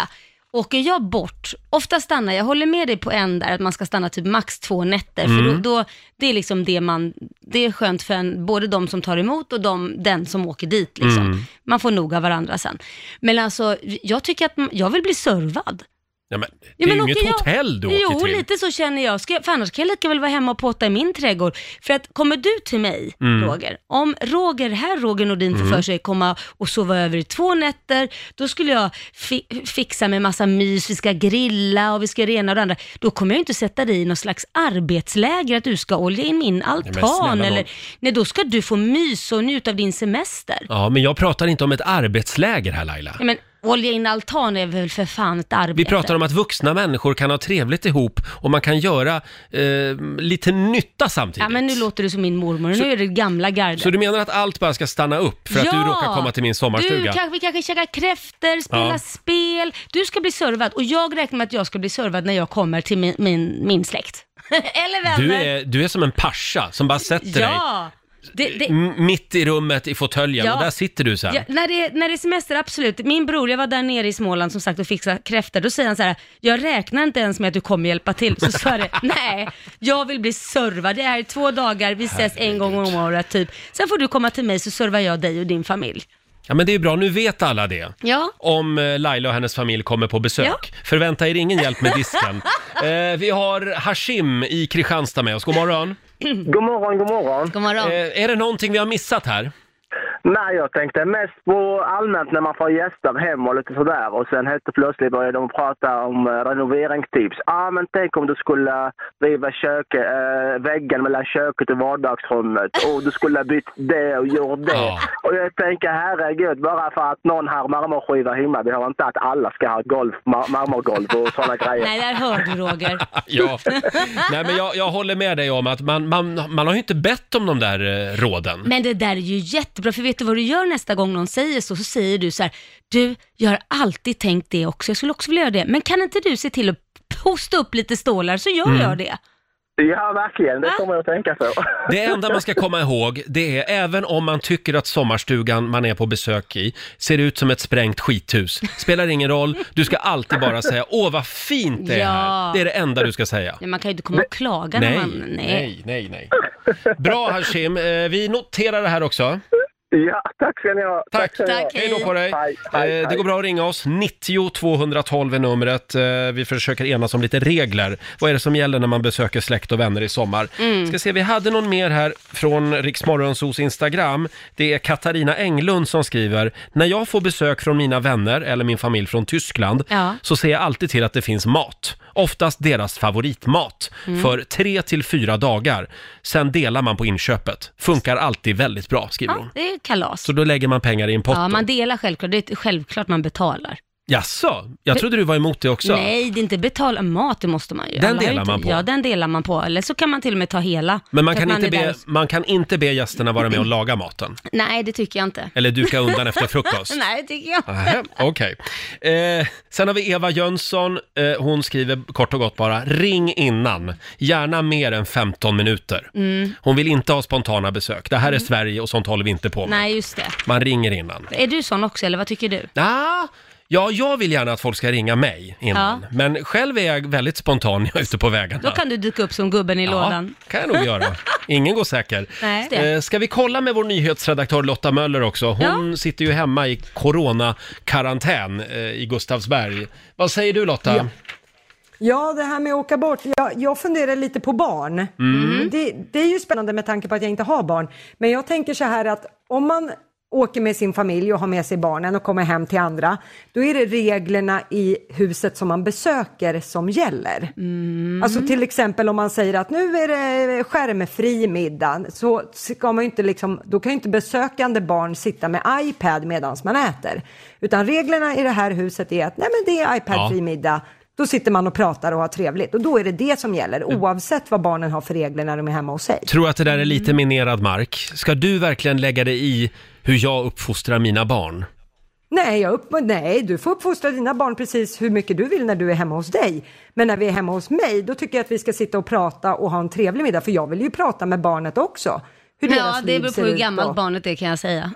Speaker 3: åker jag bort, ofta stannar jag, håller med dig på en där, att man ska stanna typ max två nätter, för
Speaker 5: Mm.
Speaker 3: då, då, det är liksom det man, det är skönt för en, både de som tar emot och de, den som åker dit liksom.
Speaker 1: Mm.
Speaker 3: Man får nog av varandra sen. Men alltså, jag tycker att, m- jag vill bli servad.
Speaker 1: Ja, men, det
Speaker 3: Ja,
Speaker 1: är ju
Speaker 3: men
Speaker 1: inget
Speaker 3: åker jag-
Speaker 1: hotell du åker
Speaker 3: Jo,
Speaker 1: till.
Speaker 3: lite så känner jag. Ska jag. För annars kan jag lika väl vara hemma och potta i min trädgård. För att kommer du till mig,
Speaker 5: Mm.
Speaker 3: Roger, om Roger, här Roger Nordin får
Speaker 5: Mm.
Speaker 3: för sig komma och sova över i två nätter, då skulle jag fi- fixa med massa mys, vi ska grilla och vi ska göra det ena och det andra. Då kommer jag ju inte sätta dig i någon slags arbetsläger att du ska olja in min
Speaker 1: snälla
Speaker 3: altan
Speaker 1: nån.
Speaker 3: eller... Nej, då ska du få mys och njuta av din semester.
Speaker 1: Ja, men jag pratar inte om ett arbetsläger här Laila.
Speaker 3: Nej, men olja in altan är väl för fan ett arbete?
Speaker 1: Vi pratar om att vuxna människor kan ha trevligt ihop och man kan göra eh, lite nytta samtidigt.
Speaker 3: Ja, men nu låter du som min mormor,
Speaker 1: Så-
Speaker 3: nu är det gamla gardet.
Speaker 1: Så du menar att allt bara ska stanna upp för att du råkar komma till min sommarstuga?
Speaker 3: Du kanske, vi kanske käkar kräftor, spelar
Speaker 1: Ja.
Speaker 3: spel. Du ska bli servad och jag räknar med att jag ska bli servad när jag kommer till min, min, min släkt. Eller vänner.
Speaker 1: Du är, du är som en pascha som bara sätter
Speaker 3: Ja.
Speaker 1: dig Mm.
Speaker 3: Det- det-
Speaker 1: m- mitt i rummet i fåtöljen
Speaker 3: Ja.
Speaker 1: och där sitter du så här.
Speaker 3: Ja, när, det, när det är semester, absolut. Min bror, jag var där nere i Småland som sagt och fixade kräftor. Då säger han så här, jag räknar inte ens med att du kommer hjälpa till. Så sa jag det, nej, jag vill bli servad. Det här är två dagar, vi ses en gång om året typ. Sen får du komma till mig så servar jag dig och din familj.
Speaker 1: Ja men det är ju bra, nu vet alla det.
Speaker 3: Ja.
Speaker 1: Om eh, Laila och hennes familj kommer på besök.
Speaker 3: Ja.
Speaker 1: Förvänta er ingen hjälp med disken. eh, vi har Hashim i Kristianstad med oss, god morgon.
Speaker 10: God morgon, god morgon.
Speaker 3: God
Speaker 1: Eh, är det någonting vi har missat här?
Speaker 10: Nej, jag tänkte mest på allmänt när man får gäster hem och lite sådär och sen helt plötsligt börjar de prata om eh, renoveringstips. Ah, men tänk om du skulle riva köket, eh, väggen mellan köket och vardagsrummet och du skulle ha bytt det och gjort det.
Speaker 5: Ja.
Speaker 10: Och jag tänker herregud, bara för att någon har marmorskiva hemma, vi har inte att alla ska ha golf, mar- marmorgolv och sådana grejer.
Speaker 3: Nej, där hör du Roger.
Speaker 1: Ja. Nej men jag, jag håller med dig om att man, man, man har ju inte bett om de där eh, råden.
Speaker 3: Men det där är ju jättebra, för vet du vad du gör nästa gång någon säger så? Så säger du så här, du, jag har alltid tänkt det också, jag skulle också vilja göra det. Men kan inte du se till att hosta upp lite stålar så gör
Speaker 1: Mm.
Speaker 3: jag det.
Speaker 10: Ja, verkligen, det kommer jag att tänka på.
Speaker 1: Det enda man ska komma ihåg, det är även om man tycker att sommarstugan man är på besök i ser ut som ett sprängt skithus. Spelar ingen roll, du ska alltid bara säga åh vad fint det är
Speaker 3: Ja.
Speaker 1: här. Det är det enda du ska säga.
Speaker 3: Nej, Man kan ju inte komma och klaga när
Speaker 1: Nej,
Speaker 3: man...
Speaker 1: nej, nej, nej. Bra Hashim, Eh, vi noterar det här också.
Speaker 10: Ja, tack ska ni ha.
Speaker 1: Tack.
Speaker 10: ska ni ha.
Speaker 3: Tack, hej.
Speaker 1: Hej då på dig! Eh, Det går bra att ringa oss, 90 212 är numret. Eh, Vi försöker enas om lite regler. Vad är det som gäller när man besöker släkt och vänner i sommar?
Speaker 6: Mm.
Speaker 1: Ska se, vi hade någon mer här från Riksmorgonsos Instagram. Det är Katarina Englund som skriver, när jag får besök från mina vänner eller min familj från Tyskland
Speaker 5: Ja.
Speaker 1: så ser jag alltid till att det finns mat. Oftast deras favoritmat
Speaker 5: Mm.
Speaker 1: för tre till fyra dagar. Sen delar man på inköpet. Funkar alltid väldigt bra, skriver
Speaker 3: Ja,
Speaker 1: hon.
Speaker 3: det är kalas.
Speaker 1: Så då lägger man pengar i en pott
Speaker 3: Ja,
Speaker 1: då.
Speaker 3: man delar självklart. Det är självklart man betalar.
Speaker 1: Jaså? Jag trodde du var emot det också.
Speaker 3: Nej, det är inte betala mat, det måste man ju.
Speaker 1: Den
Speaker 3: har ju
Speaker 1: delar
Speaker 3: inte,
Speaker 1: man på.
Speaker 3: Ja, den delar man på. Eller så kan man till och med ta hela.
Speaker 1: Men man
Speaker 3: För
Speaker 1: kan,
Speaker 3: att
Speaker 1: inte
Speaker 3: är där
Speaker 1: be,
Speaker 3: och-
Speaker 1: man kan inte be gästerna vara med och laga maten?
Speaker 3: Nej, det tycker jag inte.
Speaker 1: Eller duka undan efter frukost?
Speaker 3: Nej, det tycker jag
Speaker 1: Nähä,
Speaker 3: inte.
Speaker 1: Okej. Eh, sen har vi Eva Jönsson. Eh, hon skriver kort och gott bara, ring innan. Gärna mer än 15 minuter.
Speaker 3: Mm.
Speaker 1: Hon vill inte ha spontana besök. Det här är Sverige och sånt håller vi inte på med.
Speaker 3: Nej, just det.
Speaker 1: Man ringer innan.
Speaker 3: Är du sån också, eller vad tycker du?
Speaker 1: Ah, ja, jag vill gärna att folk ska ringa mig innan. Men själv är jag väldigt spontan när jag är ute på vägarna.
Speaker 3: Då kan du dyka upp som gubben i lådan.
Speaker 1: Ja, kan jag nog göra. Ingen går säker.
Speaker 3: Nej.
Speaker 1: Eh, ska vi kolla med vår nyhetsredaktör Lotta Möller också? Hon sitter ju hemma i coronakarantän eh, i Gustavsberg. Vad säger du Lotta?
Speaker 2: Ja, det här med att åka bort. Jag, jag funderar lite på barn.
Speaker 1: Mm.
Speaker 2: Det, det är ju spännande med tanke på att jag inte har barn. Men jag tänker så här att om man åker med sin familj och har med sig barnen och kommer hem till andra, då är det reglerna i huset som man besöker som gäller. Alltså till exempel om man säger att nu är det eh, skärmfri middag, så ska man ju inte liksom, då kan ju inte besökande barn sitta med iPad medan man äter. Utan reglerna i det här huset är att nej men det är iPad-fri
Speaker 11: Ja.
Speaker 2: middag, då sitter man och pratar och har trevligt. Och då är det det som gäller, oavsett vad barnen har för regler när de är hemma hos sig.
Speaker 1: Tror att det där är lite minerad mark. Ska du verkligen lägga dig i hur jag uppfostrar mina barn?
Speaker 2: Nej, jag upp, nej, du får uppfostra dina barn precis hur mycket du vill när du är hemma hos dig. Men när vi är hemma hos mig, då tycker jag att vi ska sitta och prata och ha en trevlig middag, för jag vill ju prata med barnet också. Hur
Speaker 3: Ja,
Speaker 2: deras
Speaker 3: det
Speaker 2: liv
Speaker 3: beror på
Speaker 2: ser
Speaker 3: hur
Speaker 2: ut
Speaker 3: gammalt
Speaker 2: och-
Speaker 3: barnet är kan jag säga.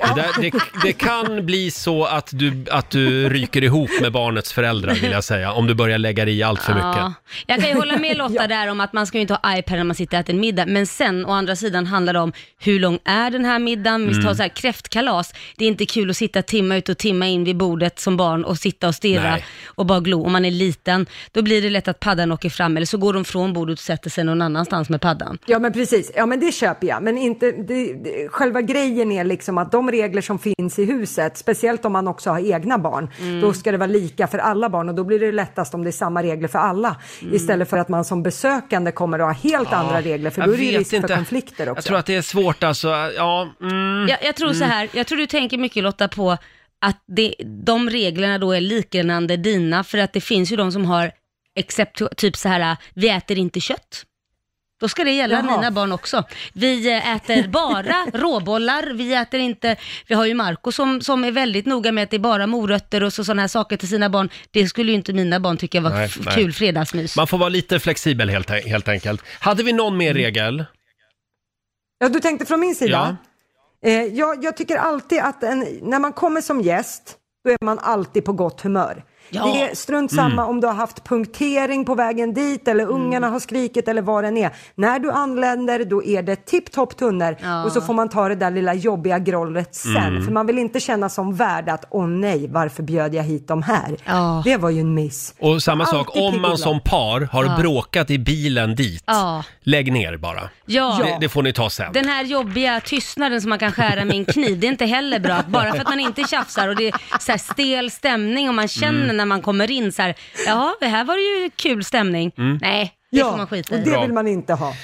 Speaker 1: Det, där, det, det kan bli så att du, att du ryker ihop med barnets föräldrar vill jag säga, om du börjar lägga dig i allt för
Speaker 3: Ja.
Speaker 1: mycket.
Speaker 3: Jag kan ju hålla med Lotta där om att man ska ju inte ha iPad när man sitter och äter en middag, men sen å andra sidan handlar det om hur lång är den här middagen, vi tar
Speaker 1: Mm.
Speaker 3: så här kräftkalas, det är inte kul att sitta timma ut och timma in vid bordet som barn och sitta och stirra
Speaker 1: Nej.
Speaker 3: och bara glo. Om man är liten, då blir det lätt att paddan åker fram eller så går de från bordet och sätter sig någon annanstans med paddan.
Speaker 2: Ja men precis, ja men det köper jag. Men inte, det, det, själva grejen är liksom att de regler som finns i huset, speciellt om man också har egna barn,
Speaker 11: Mm.
Speaker 2: då ska det vara lika för alla barn och då blir det lättast om det är samma regler för alla. Istället för att man som besökande kommer att ha helt
Speaker 1: Ja,
Speaker 2: andra regler för
Speaker 1: jag
Speaker 2: då är det ju
Speaker 1: vet
Speaker 2: risk
Speaker 1: inte.
Speaker 2: för konflikter också.
Speaker 1: Jag tror att det är svårt alltså, ja. Mm,
Speaker 3: Jag, jag tror så
Speaker 1: mm.
Speaker 3: här, jag tror du tänker mycket Lotta på att det, de reglerna då är liknande dina, för att det finns ju de som har except, typ så här, vi äter inte kött. Då ska det gälla
Speaker 11: Jaha.
Speaker 3: mina barn också. Vi eh, äter bara råbollar, vi äter inte, vi har ju Marco som, som är väldigt noga med att det är bara morötter och så, sådana här saker till sina barn. Det skulle ju inte mina barn tycka var
Speaker 1: Nej,
Speaker 3: f-
Speaker 1: nej.
Speaker 3: kul fredagsmys.
Speaker 1: e-
Speaker 3: Mm.
Speaker 1: Man får vara lite flexibel helt, helt enkelt. Hade vi någon mer regel?
Speaker 2: Ja, du tänkte från min sida? Eh, jag, jag tycker alltid att en, när man kommer som gäst, då är man alltid på gott humör.
Speaker 5: Ja.
Speaker 2: Det är strunt samma
Speaker 5: Mm.
Speaker 2: om du har haft punktering på vägen dit eller
Speaker 3: Mm.
Speaker 2: ungarna har skrikit eller vad den är. När du anländer då är det tipptopp tunnor
Speaker 3: Ja.
Speaker 2: och så får man ta det där lilla jobbiga grollet sen.
Speaker 3: Mm.
Speaker 2: För man vill inte känna som värd att åh nej, varför bjöd jag hit dem här? Det var ju en miss.
Speaker 1: Och samma
Speaker 2: Alltid
Speaker 1: sak, om
Speaker 2: pigg
Speaker 1: man
Speaker 2: och glad.
Speaker 1: som par har
Speaker 3: Ja.
Speaker 1: bråkat i bilen dit,
Speaker 3: Ja.
Speaker 1: lägg ner bara.
Speaker 3: Ja.
Speaker 1: Det, det får ni ta sen.
Speaker 3: Den här jobbiga tystnaden som man kan skära med en kniv, det är inte heller bra. Bara för att man inte tjafsar och det är så här stel stämning och man
Speaker 1: Mm.
Speaker 3: känner när man kommer in så här, jaha, det här var det ju kul stämning.
Speaker 1: Mm.
Speaker 3: Nej, det
Speaker 1: Ja,
Speaker 3: får man skita
Speaker 1: och
Speaker 3: i.
Speaker 1: det vill
Speaker 2: man inte ha.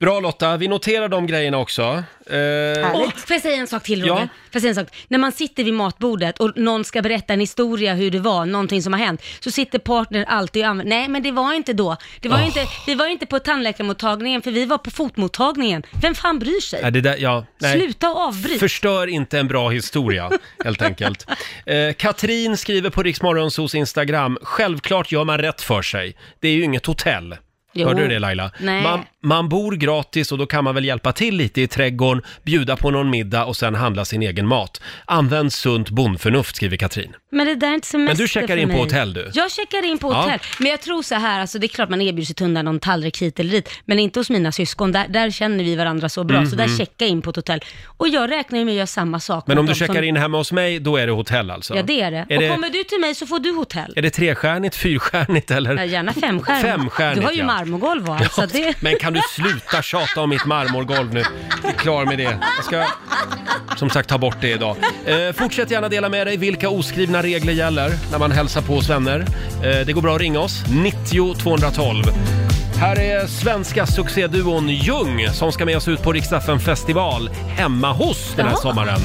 Speaker 1: Bra Lotta, vi noterar de grejerna också. Eh,
Speaker 3: Och, får jag säga en sak till
Speaker 1: Ja.
Speaker 3: Roger? Får jag säga en sak? När man sitter vid matbordet och någon ska berätta en historia hur det var, någonting som har hänt, så sitter partnern alltid och använder, nej men det var inte då. Det var ju
Speaker 1: Oh.
Speaker 3: inte, vi var ju inte på tandläkarmottagningen för vi var på fotmottagningen. Vem fan bryr sig?
Speaker 1: nej, det där, ja, nej.
Speaker 3: Sluta och avbryt.
Speaker 1: Förstör inte en bra historia, helt enkelt. Eh, Katrin skriver på Riksmorgonsos Instagram, självklart gör man rätt för sig. Det är ju inget hotell.
Speaker 3: Jo.
Speaker 1: Hörde du det Laila?
Speaker 3: Nej.
Speaker 1: Man, man bor gratis och då kan man väl hjälpa till lite i trädgården, bjuda på någon middag och sen handla sin egen mat. Använd sunt bondförnuft, skriver Katrin.
Speaker 3: Men det där är inte semester
Speaker 1: Men du checkar
Speaker 3: för
Speaker 1: in på
Speaker 3: mig.
Speaker 1: hotell, du?
Speaker 3: Jag checkar in på
Speaker 1: Ja.
Speaker 3: hotell. Men jag tror så här, alltså det är klart man erbjuds att undan någon tallrik hit eller dit. Men inte hos mina syskon. Där, där känner vi varandra så bra.
Speaker 1: Mm,
Speaker 3: Så där
Speaker 1: mm.
Speaker 3: checkar jag in på ett hotell. Och jag räknar ju med att göra samma sak.
Speaker 1: Men
Speaker 3: mot
Speaker 1: om du
Speaker 3: dem som-
Speaker 1: checkar in hemma hos mig, då är det hotell alltså?
Speaker 3: Ja, det är det.
Speaker 1: Är
Speaker 3: och
Speaker 1: det,
Speaker 3: kommer du till mig så får du hotell.
Speaker 1: är det trestjärnigt, fyrstjärnigt eller?
Speaker 3: Ja, gärna femstjärnigt.
Speaker 1: Femstjärnigt,
Speaker 3: Du har ju
Speaker 1: ja.
Speaker 3: marmorgolv va? Så att det...
Speaker 1: Men kan du sluta tjata om mitt marmorgolv nu? Jag är klar med det. Jag ska som sagt ta bort det idag. Eh, fortsätt gärna dela med dig vilka oskrivna regler gäller när man hälsar på hos vänner. Eh, det går bra att ringa oss, 90 212. Här är svenska succéduon Ljung som ska med oss ut på Riksdagen festival hemma hos den här
Speaker 6: Jaha.
Speaker 1: sommaren.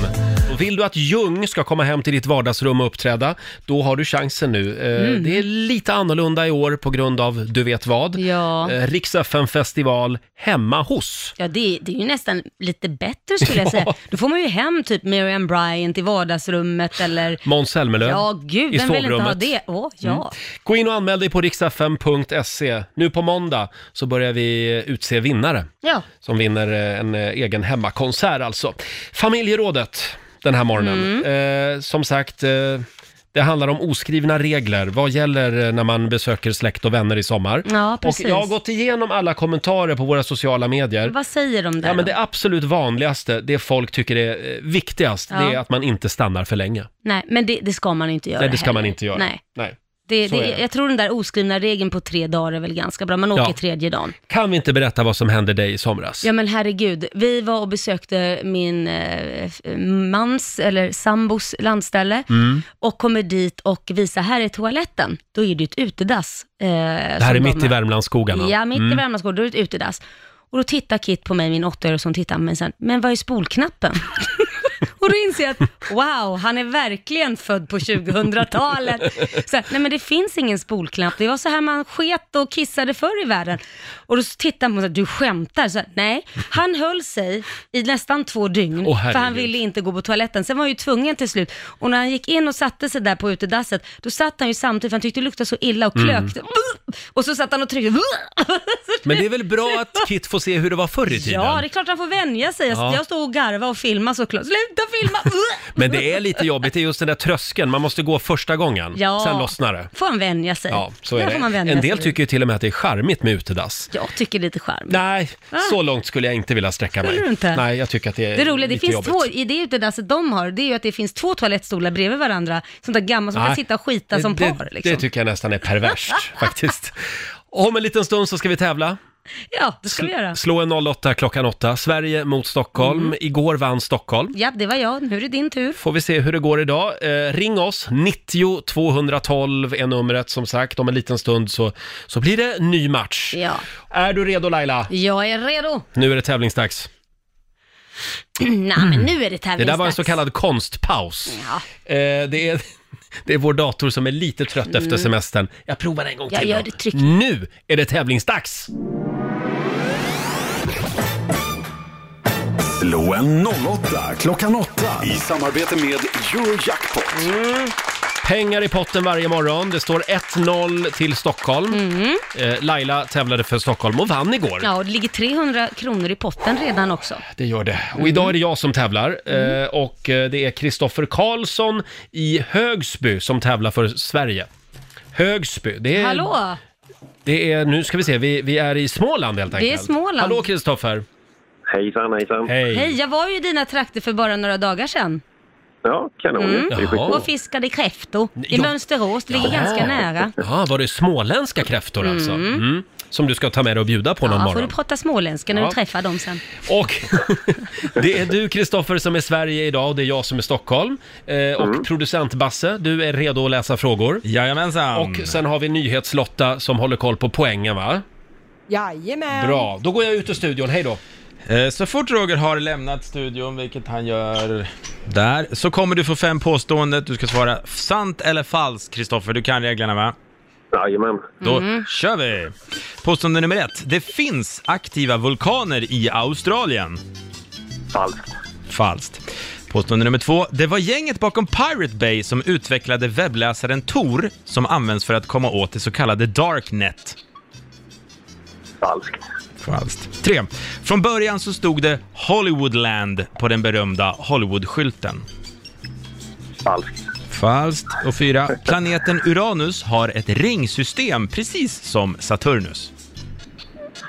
Speaker 1: Och vill du att Ljung ska komma hem till ditt vardagsrum och uppträda, då har du chansen nu. Eh,
Speaker 6: Mm.
Speaker 1: Det är lite annorlunda i år på grund av du vet vad.
Speaker 3: Ja.
Speaker 1: Eh, Rix festival hemma hos.
Speaker 3: Ja, det, är- det är ju nästan lite bättre skulle jag säga. Då får man ju hem typ Miriam Bryant i vardagsrummet eller...
Speaker 1: Måns Zelmerlöw
Speaker 3: Ja, gud,
Speaker 1: i
Speaker 3: vem vill inte ha
Speaker 1: sovrummet.
Speaker 3: det? Åh, ja.
Speaker 1: Mm. Gå in och anmäl dig på riksfm.se. Nu på måndag så börjar vi eh, utse vinnare.
Speaker 3: Ja.
Speaker 1: Som vinner eh, en eh, egen hemmakonsert alltså. Familjerådet den här morgonen.
Speaker 3: Mm.
Speaker 1: Eh, som sagt, eh, det handlar om oskrivna regler. Vad gäller eh, när man besöker släkt och vänner i sommar?
Speaker 3: Ja, precis.
Speaker 1: Och jag har gått igenom alla kommentarer på våra sociala medier.
Speaker 3: Vad säger de där
Speaker 1: Ja, men
Speaker 3: då?
Speaker 1: det absolut vanligaste, det folk tycker är eh, viktigast, det
Speaker 3: Ja.
Speaker 1: är att man inte stannar för länge.
Speaker 3: Nej, men det, det ska man inte göra
Speaker 1: Nej, det ska
Speaker 3: heller.
Speaker 1: man inte göra.
Speaker 3: Nej.
Speaker 1: Nej.
Speaker 3: Det,
Speaker 1: Så
Speaker 3: det,
Speaker 1: är det.
Speaker 3: Jag tror den där oskrivna regeln på tre dagar är väl ganska bra. Man åker
Speaker 1: Ja.
Speaker 3: tredje dagen.
Speaker 1: Kan vi inte berätta vad som hände dig i somras?
Speaker 3: Ja men herregud, vi var och besökte min eh, f- mans, eller sambos landställe
Speaker 1: Mm.
Speaker 3: och kommer dit och visar, här är toaletten. Då är det ju ett utedass. Eh,
Speaker 1: Det här är mitt i Värmlandsskogarna.
Speaker 3: Ja, mitt i
Speaker 1: Mm.
Speaker 3: Värmlandsgården, då är det ett utedass. Och då tittar Kit på mig, min åttaåring, som tittar på mig sen, men vad är spolknappen? och då inser jag att, wow, han är verkligen född på 2000-talet. Så här, nej men det finns ingen spolknapp, det var så här man sket och kissade förr i världen. Och då tittar han på mig och säger, du skämtar? Så här, nej, han höll sig i nästan två dygn,
Speaker 5: Åh,
Speaker 3: för han
Speaker 5: herregud.
Speaker 3: ville inte gå på toaletten. Sen var han ju tvungen till slut. Och när han gick in och satte sig där på utedasset, då satt han ju samtidigt, för han tyckte det luktade så illa och
Speaker 1: Mm.
Speaker 3: klökte. Och så satt han och tryckte.
Speaker 1: Men det är väl bra att Kit får se hur det var förr i tiden?
Speaker 3: Ja, det är klart han får vänja sig. Alltså,
Speaker 1: Ja.
Speaker 3: Jag stod och garvade och filmade såklart. Sluta filma!
Speaker 1: Men det är lite jobbigt, det är just den där tröskeln, man måste gå första gången,
Speaker 3: Ja.
Speaker 1: sen lossnar det.
Speaker 3: får han vänja sig.
Speaker 1: Ja, så
Speaker 3: Där
Speaker 1: är
Speaker 3: får man
Speaker 1: det.
Speaker 3: vänja
Speaker 1: En del
Speaker 3: sig.
Speaker 1: tycker ju till och med att det är charmigt med utedass.
Speaker 3: Jag tycker det är lite charmigt.
Speaker 1: Nej,
Speaker 3: Va?
Speaker 1: så långt skulle jag inte vilja sträcka mig.
Speaker 3: Ah. Skulle du inte?
Speaker 1: Nej, jag tycker att det är
Speaker 3: Det roliga, det
Speaker 1: lite
Speaker 3: finns
Speaker 1: jobbigt.
Speaker 3: två, i det utedasset de har, det är ju att det finns två toalettstolar bredvid varandra. Sånt där gammalt som
Speaker 1: Nej.
Speaker 3: kan sitta och skita som
Speaker 1: det,
Speaker 3: par.
Speaker 1: det-
Speaker 3: Liksom.
Speaker 1: Det tycker jag nästan är perverst faktiskt. Om en liten stund så ska vi tävla.
Speaker 3: ja, det ska vi göra. Mm.
Speaker 1: Slå en 08 klockan 8. Sverige mot Stockholm. Igår vann Stockholm.
Speaker 3: Ja, det var jag. Nu är det din tur.
Speaker 1: Får vi se hur det går idag. Eh, ring oss, 90 212 är numret som sagt. Om en liten stund så, så blir det ny match.
Speaker 3: Ja.
Speaker 1: Är du redo Laila?
Speaker 3: Jag är redo.
Speaker 1: Nu är det tävlingsdags.
Speaker 3: Nej, men nu är det
Speaker 1: Det där var en
Speaker 3: tävlingsdags.
Speaker 1: så kallad konstpaus.
Speaker 3: Ja.
Speaker 1: Eh, det, är, det är vår dator som är lite trött
Speaker 3: Mm.
Speaker 1: efter semestern. Jag provar en gång
Speaker 3: Jag
Speaker 1: till
Speaker 3: gör
Speaker 1: då.
Speaker 3: det, tryck.
Speaker 1: Nu är det tävlingsdags!
Speaker 4: Slå en 08 klockan 8 i samarbete med Eurojackpot.
Speaker 1: Pengar i potten varje morgon. Det står 1-0 till Stockholm. Eh, Laila tävlade för Stockholm och vann igår.
Speaker 3: Mm. Ja, och det ligger 300 kronor i potten redan också.
Speaker 1: Det gör det. Och idag
Speaker 3: Mm.
Speaker 1: är det jag som tävlar. Eh, Och eh, det är Kristoffer Karlsson i Högsby som tävlar för Sverige. Högsby, det är...
Speaker 3: Hallå!
Speaker 1: Det är, nu ska vi se, vi, vi är i Småland helt
Speaker 3: Det är
Speaker 1: enkelt.
Speaker 3: Småland.
Speaker 1: Hallå Kristoffer! Hejsan, hejsan! Hej!
Speaker 3: Hej, jag var ju i dina trakter för bara några dagar sedan.
Speaker 1: Ja, kanon.
Speaker 3: Mm. Och fiskade kräftor i
Speaker 1: Ja.
Speaker 3: Mönsterås, det ligger ganska nära.
Speaker 1: Ja, var det småländska kräftor alltså?
Speaker 3: Mm.
Speaker 1: Mm. Som du ska ta med dig och bjuda på någon
Speaker 3: Ja, får du
Speaker 1: morgon.
Speaker 3: prata småländska när
Speaker 1: Ja.
Speaker 3: du träffar dem sen.
Speaker 1: Och det är du Kristoffer som är Sverige idag och det är jag som är Stockholm. Eh, och producent Basse, du är redo att läsa frågor.
Speaker 6: Jajamensan!
Speaker 1: Och sen har vi Nyhetslotta som håller koll på poängen va?
Speaker 2: Jajamän.
Speaker 1: Bra, då går jag ut ur studion, hej då!
Speaker 6: Eh, Så fort Roger har lämnat studion, vilket han gör där, så kommer du få fem påståenden. Du ska svara sant eller falskt, Kristoffer. Du kan reglerna va? Jajamän. Då
Speaker 5: Mm.
Speaker 6: kör vi! Påstående nummer ett. Det finns aktiva vulkaner i Australien. Falskt. Falskt. Påstående nummer två. Det var gänget bakom Pirate Bay som utvecklade webbläsaren Tor som används för att komma åt det så kallade Darknet. Falskt. Falskt. 3. Från början så stod det Hollywoodland på den berömda Hollywoodskylten. Falskt. Falskt. Och 4. Planeten Uranus har ett ringsystem precis som Saturnus.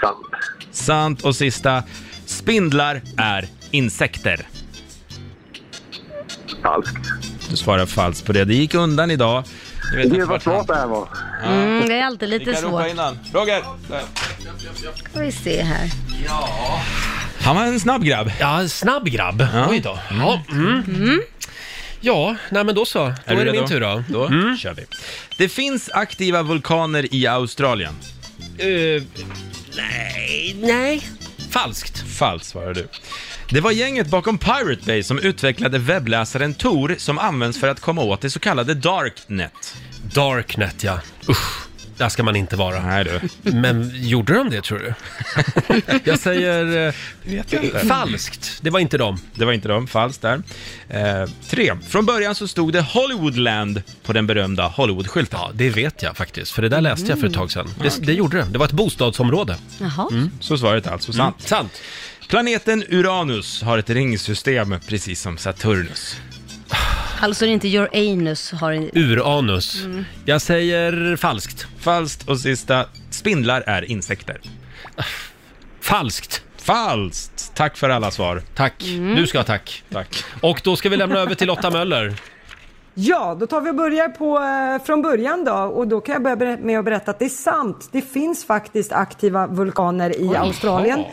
Speaker 6: Sant. Sant. Och sista. Spindlar är insekter. Falskt. Du svarar falskt på det. Det gick undan idag. Jag vet inte
Speaker 10: Gud vad
Speaker 6: vart han-
Speaker 10: svårt det här var.
Speaker 3: Mm, det är alltid lite
Speaker 6: Vilka ropar
Speaker 3: svårt.
Speaker 6: innan? Roger! Där.
Speaker 3: Ska vi se här.
Speaker 6: Han var en snabb grabb.
Speaker 1: Ja, snabb grabb. Oj då. Ja, mm. ja nej men då så. Då är,
Speaker 6: du
Speaker 1: det
Speaker 6: redo?
Speaker 1: min tur då.
Speaker 6: Då
Speaker 10: Mm.
Speaker 6: kör vi. Det finns aktiva vulkaner i Australien.
Speaker 1: Eh,
Speaker 6: nej, nej. Falskt. Falskt svarar du. Det var gänget bakom Pirate Bay som utvecklade webbläsaren Tor som används för att komma åt det så kallade Darknet.
Speaker 1: Darknet ja. Usch, där ska man inte vara.
Speaker 6: Nej du.
Speaker 1: Men gjorde de det tror du? jag säger eh, falskt.
Speaker 6: Det var inte dem. Det var inte dem. Falskt där. Eh, tre. Från början så stod det Hollywoodland på den berömda Hollywoodskylten. Ja, det vet jag faktiskt. För det
Speaker 1: där läste jag för ett tag sedan. Det- det gjorde
Speaker 6: det. Det var ett bostadsområde.
Speaker 3: Jaha.
Speaker 1: Mm.
Speaker 6: Så svaret är alltså sant. Sant. Planeten Uranus har ett ringsystem precis som Saturnus.
Speaker 3: Alltså det är inte your anus har en...
Speaker 6: Uranus.
Speaker 3: Mm.
Speaker 6: Jag säger falskt. Falskt och sista, spindlar är insekter. Falskt. Falskt. Tack för alla svar. Tack.
Speaker 1: Mm. Du ska ha tack.
Speaker 6: Tack.
Speaker 1: Och då ska vi lämna över till Lotta Möller.
Speaker 2: Ja, då tar vi och börjar på, eh, från början då. Och då kan jag börja ber- med att berätta att det är sant. Det finns faktiskt aktiva vulkaner i
Speaker 3: Oj.
Speaker 2: Australien.
Speaker 3: Ja.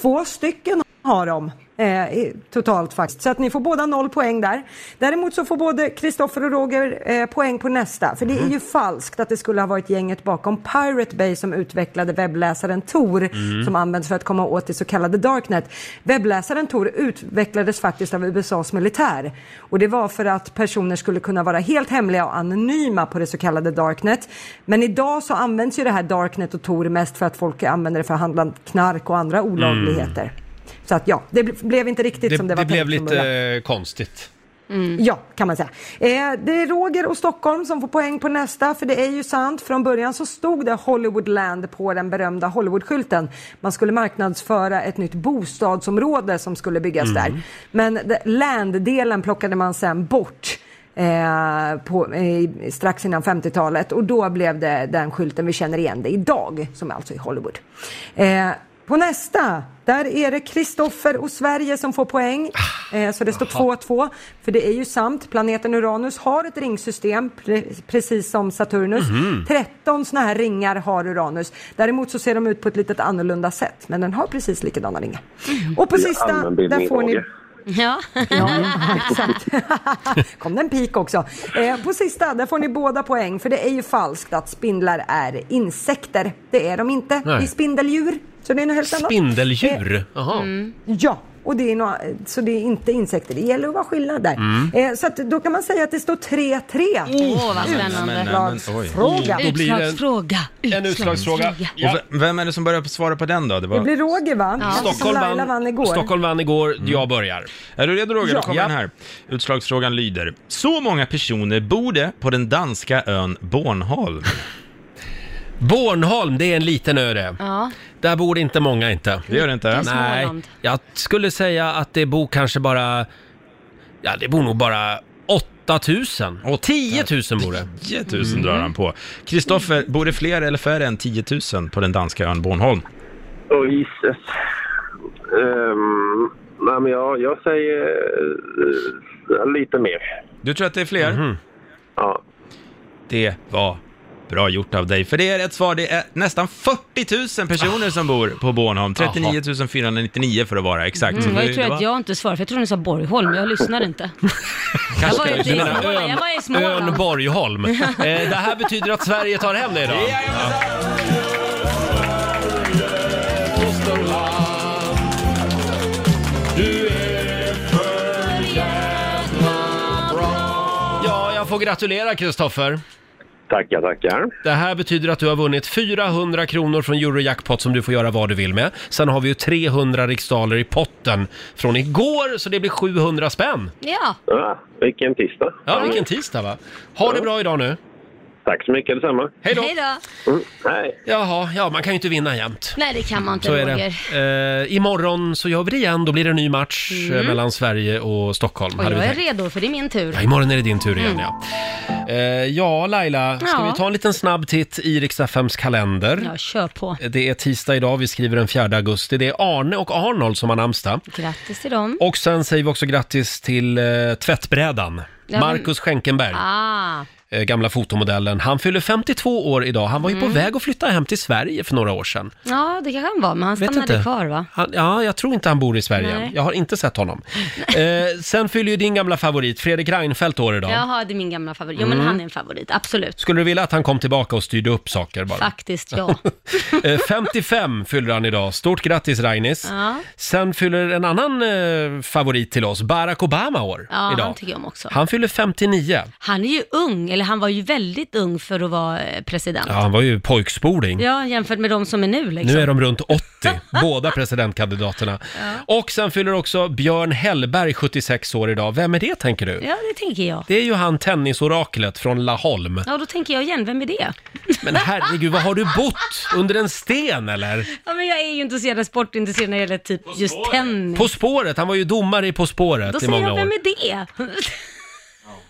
Speaker 2: Två stycken har de. Eh, i- totalt faktiskt. Så att ni får båda noll poäng där. Däremot så får både Kristoffer och Roger eh, poäng på nästa. För det är ju falskt att det skulle ha varit gänget bakom Pirate Bay som utvecklade webbläsaren Tor
Speaker 5: Mm.
Speaker 2: som används för att komma åt det så kallade Darknet. Webbläsaren Tor utvecklades faktiskt av USAs militär och det var för att personer skulle kunna vara helt hemliga och anonyma på det så kallade Darknet. Men idag så används ju det här Darknet och Tor mest för att folk använder det för att handla knark och andra olagligheter. Så att ja, det ble- blev inte riktigt
Speaker 1: Det,
Speaker 2: som det
Speaker 1: det,
Speaker 2: var
Speaker 1: blev
Speaker 2: tänkt från
Speaker 1: lite
Speaker 2: början.
Speaker 1: eh, konstigt.
Speaker 2: Ja, kan man säga. Eh, det är Roger och Stockholm som får poäng på nästa, för det är ju sant. Från början så stod det Hollywoodland på den berömda Hollywoodskylten. Man skulle marknadsföra ett nytt bostadsområde som skulle byggas
Speaker 5: Mm.
Speaker 2: där. Men det- landdelen plockade man sen bort. Eh, på, eh, strax innan 50-talet och då blev det den skylten vi känner igen det idag som är alltså i Hollywood. Eh, på nästa, där är det Kristoffer och Sverige som får poäng. Eh, så det står
Speaker 5: Ah. Jaha.
Speaker 2: 2-2. För det är ju sant, planeten Uranus har ett ringsystem pre- precis som Saturnus.
Speaker 5: Mhm.
Speaker 2: 13 sådana här ringar har Uranus. Däremot så ser de ut på ett lite annorlunda sätt, men den har precis likadana ringar. Och på
Speaker 5: Mm. Det är
Speaker 2: sista,
Speaker 5: allmänbildning,
Speaker 2: där får ni...
Speaker 5: Roger.
Speaker 3: Ja.
Speaker 2: exakt. kom den pik också. Eh, på sista, där får ni båda poäng, för det är ju falskt att spindlar är insekter. Det är de inte.
Speaker 1: Nej.
Speaker 2: Det är spindeldjur. Så det är något helt annat.
Speaker 1: Spindeldjur? Jaha.
Speaker 2: Ja, Och det är nå- så det är inte insekter, det gäller att vara skillnad där.
Speaker 1: Mm.
Speaker 2: Eh, så att, då kan man säga att det står 3-3.
Speaker 3: Åh, vad spännande.
Speaker 1: eh,
Speaker 6: Men, men, oj.
Speaker 2: Utslagsfråga.
Speaker 6: Då blir det-
Speaker 1: En utslagsfråga.
Speaker 6: Och v- vem är det som börjar svara på den då? Det
Speaker 2: Det
Speaker 6: var...
Speaker 2: blir Roger va? Eftersom
Speaker 1: Alltså, Stockholm vann-
Speaker 2: Laila vann igår.
Speaker 1: Stockholm vann igår,
Speaker 6: Mm.
Speaker 1: jag börjar.
Speaker 6: Är du redo Roger? Då
Speaker 1: Ja.
Speaker 6: kommer
Speaker 1: Ja.
Speaker 6: den här. Utslagsfrågan lyder. Så många personer bor det på den danska ön Bornholm?
Speaker 1: Bornholm, det är en liten ö det.
Speaker 3: Ja.
Speaker 1: Där bor det inte många inte.
Speaker 6: Det gör det inte? Det är
Speaker 1: Nej,
Speaker 6: Småland.
Speaker 1: jag skulle säga att det bor kanske bara, ja det bor nog bara 8000. 10 000 bor det.
Speaker 6: 10 000 drar han på. Kristoffer, bor det fler eller färre än 10 000 på den danska ön Bornholm?
Speaker 10: Åh, Jesus. Ehm, nej, men jag, jag säger eh, lite mer.
Speaker 6: Du tror att det är fler?
Speaker 10: Ja.
Speaker 6: Det var bra gjort av dig, för det är rätt svar. Det är nästan 40 000 personer som bor på Bornholm. 39 499 för att vara exakt. Så
Speaker 3: Mm,
Speaker 6: det-
Speaker 3: jag tror
Speaker 6: det
Speaker 3: att jag inte svarade, för jag trodde ni sa Borgholm, men jag lyssnade inte. Jag var inte i
Speaker 1: Du menar
Speaker 3: Småland, jag var i Småland.
Speaker 1: Ön Borgholm. eh, det här betyder att Sverige tar hem det idag. Ja, jag får gratulera Kristoffer.
Speaker 10: Tackar, tackar.
Speaker 1: Det här betyder att du har vunnit 400 kronor från Eurojackpot som du får göra vad du vill med. Sen har vi ju 300 riksdaler i potten från igår, så det blir 700 spänn.
Speaker 3: Ja.
Speaker 10: Ja, vilken tisdag.
Speaker 1: Ja, vilken tisdag va? Ha det bra idag nu.
Speaker 10: Tack så mycket, detsamma.
Speaker 1: Hej då!
Speaker 3: Hej då.
Speaker 10: Mm, hej.
Speaker 1: Jaha, ja man kan ju inte vinna jämt.
Speaker 3: Nej, det kan man inte,
Speaker 1: Så är
Speaker 3: Roger.
Speaker 1: det. Eh, imorgon så gör vi det igen, då blir det en ny match
Speaker 3: Mm.
Speaker 1: eh, mellan Sverige och Stockholm.
Speaker 3: Och
Speaker 1: hade vi
Speaker 3: jag är
Speaker 1: tänkt.
Speaker 3: redo, för det är min tur.
Speaker 1: Ja, imorgon är det din tur igen
Speaker 3: Mm.
Speaker 1: ja. Eh, ja Laila, ska
Speaker 3: Ja.
Speaker 1: vi ta en liten snabb titt i riks FMs kalender?
Speaker 3: Ja, kör på.
Speaker 1: Det är tisdag idag, vi skriver den 4 augusti. Det är Arne och Arnold som har namnsdag.
Speaker 3: Grattis till dem.
Speaker 1: Och sen säger vi också grattis till eh, tvättbrädan.
Speaker 3: Ja, men-
Speaker 1: Marcus Schenkenberg,
Speaker 3: Ah,
Speaker 1: eh, gamla fotomodellen. Han fyller 52 år idag. Han var ju på
Speaker 3: Mm.
Speaker 1: väg att flytta hem till Sverige för några år sedan.
Speaker 3: ja, det kanske han var, men han
Speaker 1: Vet
Speaker 3: stannade
Speaker 1: inte.
Speaker 3: kvar va?
Speaker 1: Han, ja, jag tror inte han bor i Sverige.
Speaker 3: Nej.
Speaker 1: Jag har inte sett honom. Eh, sen fyller ju din gamla favorit Fredrik Reinfeldt år idag.
Speaker 3: Jaha, det är min gamla favorit. Jo, men
Speaker 1: Mm.
Speaker 3: han är en favorit, absolut.
Speaker 1: Skulle du vilja att han kom tillbaka och styrde upp saker bara?
Speaker 3: Faktiskt, ja.
Speaker 1: Eh, 55 fyller han idag. Stort grattis Rainis.
Speaker 3: ja.
Speaker 1: Sen fyller en annan eh, favorit till oss, Barack Obama, år
Speaker 3: Ja,
Speaker 1: idag.
Speaker 3: han tycker jag om också.
Speaker 1: Han fyller 59.
Speaker 3: Han är ju ung, eller han var ju väldigt ung för att vara eh, president.
Speaker 1: Ja, han var ju pojkspoling.
Speaker 3: Ja, jämfört med de som är nu liksom.
Speaker 1: Nu är de runt 80, båda presidentkandidaterna. Och sen fyller också Björn Hellberg 76 år idag. Vem är det tänker du?
Speaker 3: Ja, det tänker jag.
Speaker 1: Det är ju han tennisoraklet från Laholm.
Speaker 3: Ja, då tänker jag igen, vem är det?
Speaker 1: Men herregud, vad har du bott? Under en sten eller?
Speaker 3: Ja, men jag är ju inte så jävla sportintresserad när det gäller typ just tennis.
Speaker 1: På spåret, han var ju domare i På
Speaker 3: Då
Speaker 1: spåret i
Speaker 3: säger
Speaker 1: många
Speaker 3: jag, vem
Speaker 1: år.
Speaker 3: är det?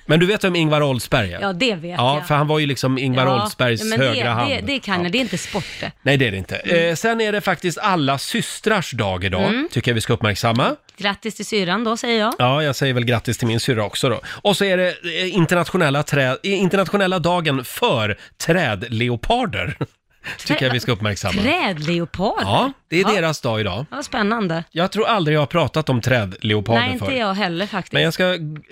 Speaker 1: Men du vet vem Ingvar Oldsberg är?
Speaker 3: Ja, det vet
Speaker 1: Ja,
Speaker 3: jag.
Speaker 1: för han var ju liksom Ingvar Oldsbergs
Speaker 3: ja, men det,
Speaker 1: högra hand.
Speaker 3: Det, det kan jag, det är inte sport det.
Speaker 1: Nej, det är det inte. Eh, sen är det faktiskt alla systrars dag idag,
Speaker 3: Mm.
Speaker 1: tycker jag vi ska uppmärksamma.
Speaker 3: Grattis till syrran då, säger jag.
Speaker 1: Ja, jag säger väl grattis till min syrra också då. Och så är det eh, internationella, trä, eh, internationella dagen för trädleoparder. Tycker jag vi ska uppmärksamma.
Speaker 3: Trädleopard.
Speaker 1: Ja, det är deras dag idag.
Speaker 3: Ja, spännande.
Speaker 1: Jag tror aldrig jag har pratat om trädleoparder
Speaker 3: Nej, inte
Speaker 1: förr.
Speaker 3: jag heller faktiskt.
Speaker 1: Men jag ska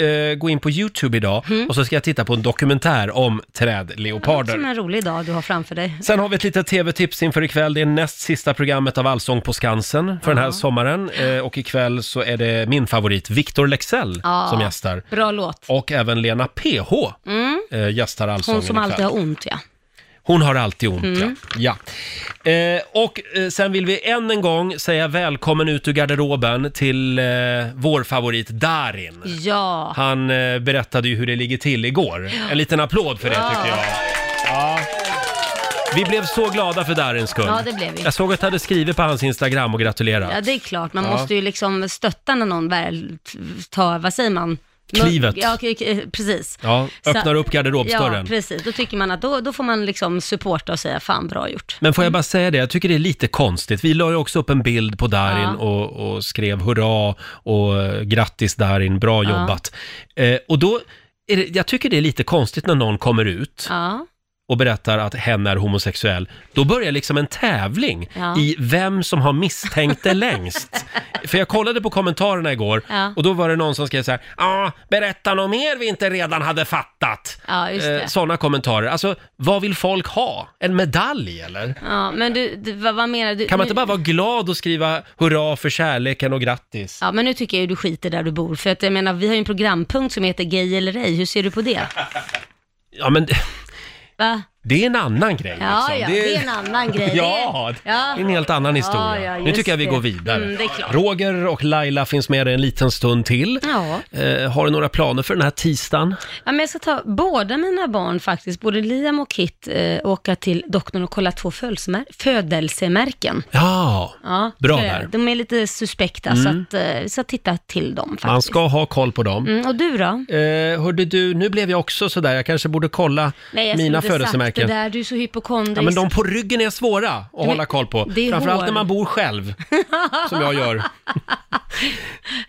Speaker 1: eh, gå in på YouTube idag
Speaker 3: Mm.
Speaker 1: och så ska jag titta på en dokumentär om trädleoparder.
Speaker 3: Som en rolig dag du har framför dig.
Speaker 1: Sen har vi ett litet tv-tips inför ikväll. Det är näst sista programmet av Allsång på Skansen för den här sommaren. Eh, och ikväll så är det min favorit Victor Lexell
Speaker 3: Ja.
Speaker 1: som gästar.
Speaker 3: Bra låt.
Speaker 1: Och även Lena PH
Speaker 3: Mm.
Speaker 1: eh, gästar Allsången
Speaker 3: Hon som alltid
Speaker 1: ikväll.
Speaker 3: har ont, ja.
Speaker 1: Hon har alltid ont,
Speaker 3: Mm.
Speaker 1: ja. ja. Eh, och eh, sen vill vi än en gång säga välkommen ut ur garderoben till eh, vår favorit Darin.
Speaker 3: Ja.
Speaker 1: Han eh, berättade ju hur det ligger till igår. En liten applåd för det
Speaker 3: Ja.
Speaker 1: tycker jag. Ja. Vi blev så glada för Darins skull.
Speaker 3: Ja, det blev vi.
Speaker 1: Jag såg att du hade skrivit på hans Instagram och gratulerat.
Speaker 3: Ja, det är klart. Man
Speaker 1: Ja.
Speaker 3: måste ju liksom stötta när någon väl t- tar, vad säger man?
Speaker 1: Klivet.
Speaker 3: Ja, k- k- precis.
Speaker 1: Ja, öppnar
Speaker 3: Så-
Speaker 1: upp garderobsdörren.
Speaker 3: Ja, precis. Då tycker man att då, då får man liksom supporta och säga fan bra gjort.
Speaker 1: Men får jag bara säga det, jag tycker det är lite konstigt. Vi la ju också upp en bild på Darin
Speaker 3: Ja.
Speaker 1: och, och skrev hurra och eh, grattis Darin, bra
Speaker 3: Ja.
Speaker 1: jobbat. Eh, och då, är det, jag tycker det är lite konstigt när någon kommer ut
Speaker 3: Ja.
Speaker 1: och berättar att hen är homosexuell, då börjar liksom en tävling
Speaker 5: Ja.
Speaker 1: i vem som har misstänkt det längst. För jag kollade på kommentarerna igår
Speaker 5: Ja.
Speaker 1: och då var det någon som skrev så här, ja, berätta något mer vi inte redan hade fattat.
Speaker 3: Ja, just det.
Speaker 1: sådana kommentarer. Alltså, vad vill folk ha? En medalj eller?
Speaker 3: Ja, men du, du vad, vad menar du?
Speaker 1: Kan man inte bara
Speaker 3: Nu-
Speaker 1: vara glad och skriva hurra för kärleken och grattis?
Speaker 3: Ja, men nu tycker jag ju du skiter där du bor, för att jag menar, vi har ju en programpunkt som heter Gay eller ej, hur ser du på det?
Speaker 1: Ja, men
Speaker 3: Va?
Speaker 1: det är en annan grej.
Speaker 3: Ja,
Speaker 1: liksom.
Speaker 3: ja, det är en annan grej.
Speaker 1: Ja,
Speaker 3: Det är- ja.
Speaker 1: det är en helt annan
Speaker 3: Ja,
Speaker 1: historia.
Speaker 3: ja,
Speaker 1: nu
Speaker 3: just
Speaker 1: tycker jag vi
Speaker 3: det.
Speaker 1: går vidare.
Speaker 3: Mm, det är klart.
Speaker 1: Roger och Laila finns med dig en liten stund till.
Speaker 3: Ja.
Speaker 1: Eh, har du några planer för den här tisdagen?
Speaker 3: ja, men jag ska ta båda mina barn faktiskt, både Liam och Kit, eh, åka till doktorn och kolla två födelsemär- födelsemärken.
Speaker 1: Ja,
Speaker 3: Ja,
Speaker 1: Bra
Speaker 3: för
Speaker 1: där.
Speaker 3: De är lite suspekta, så
Speaker 1: Mm.
Speaker 3: att, eh, vi ska titta till dem faktiskt.
Speaker 1: man ska ha koll på dem.
Speaker 3: Mm, och du då?
Speaker 1: Eh, hörde du, nu blev jag också sådär, jag kanske borde kolla
Speaker 3: Nej,
Speaker 1: mina
Speaker 3: jag skulle inte sagt det
Speaker 1: födelsemärken.
Speaker 3: där, du är så hypokondrisk.
Speaker 1: Ja, men de på ryggen är svåra att
Speaker 3: Men
Speaker 1: hålla koll på.
Speaker 3: det är
Speaker 1: Framförallt
Speaker 3: hår.
Speaker 1: när man bor själv, som jag gör.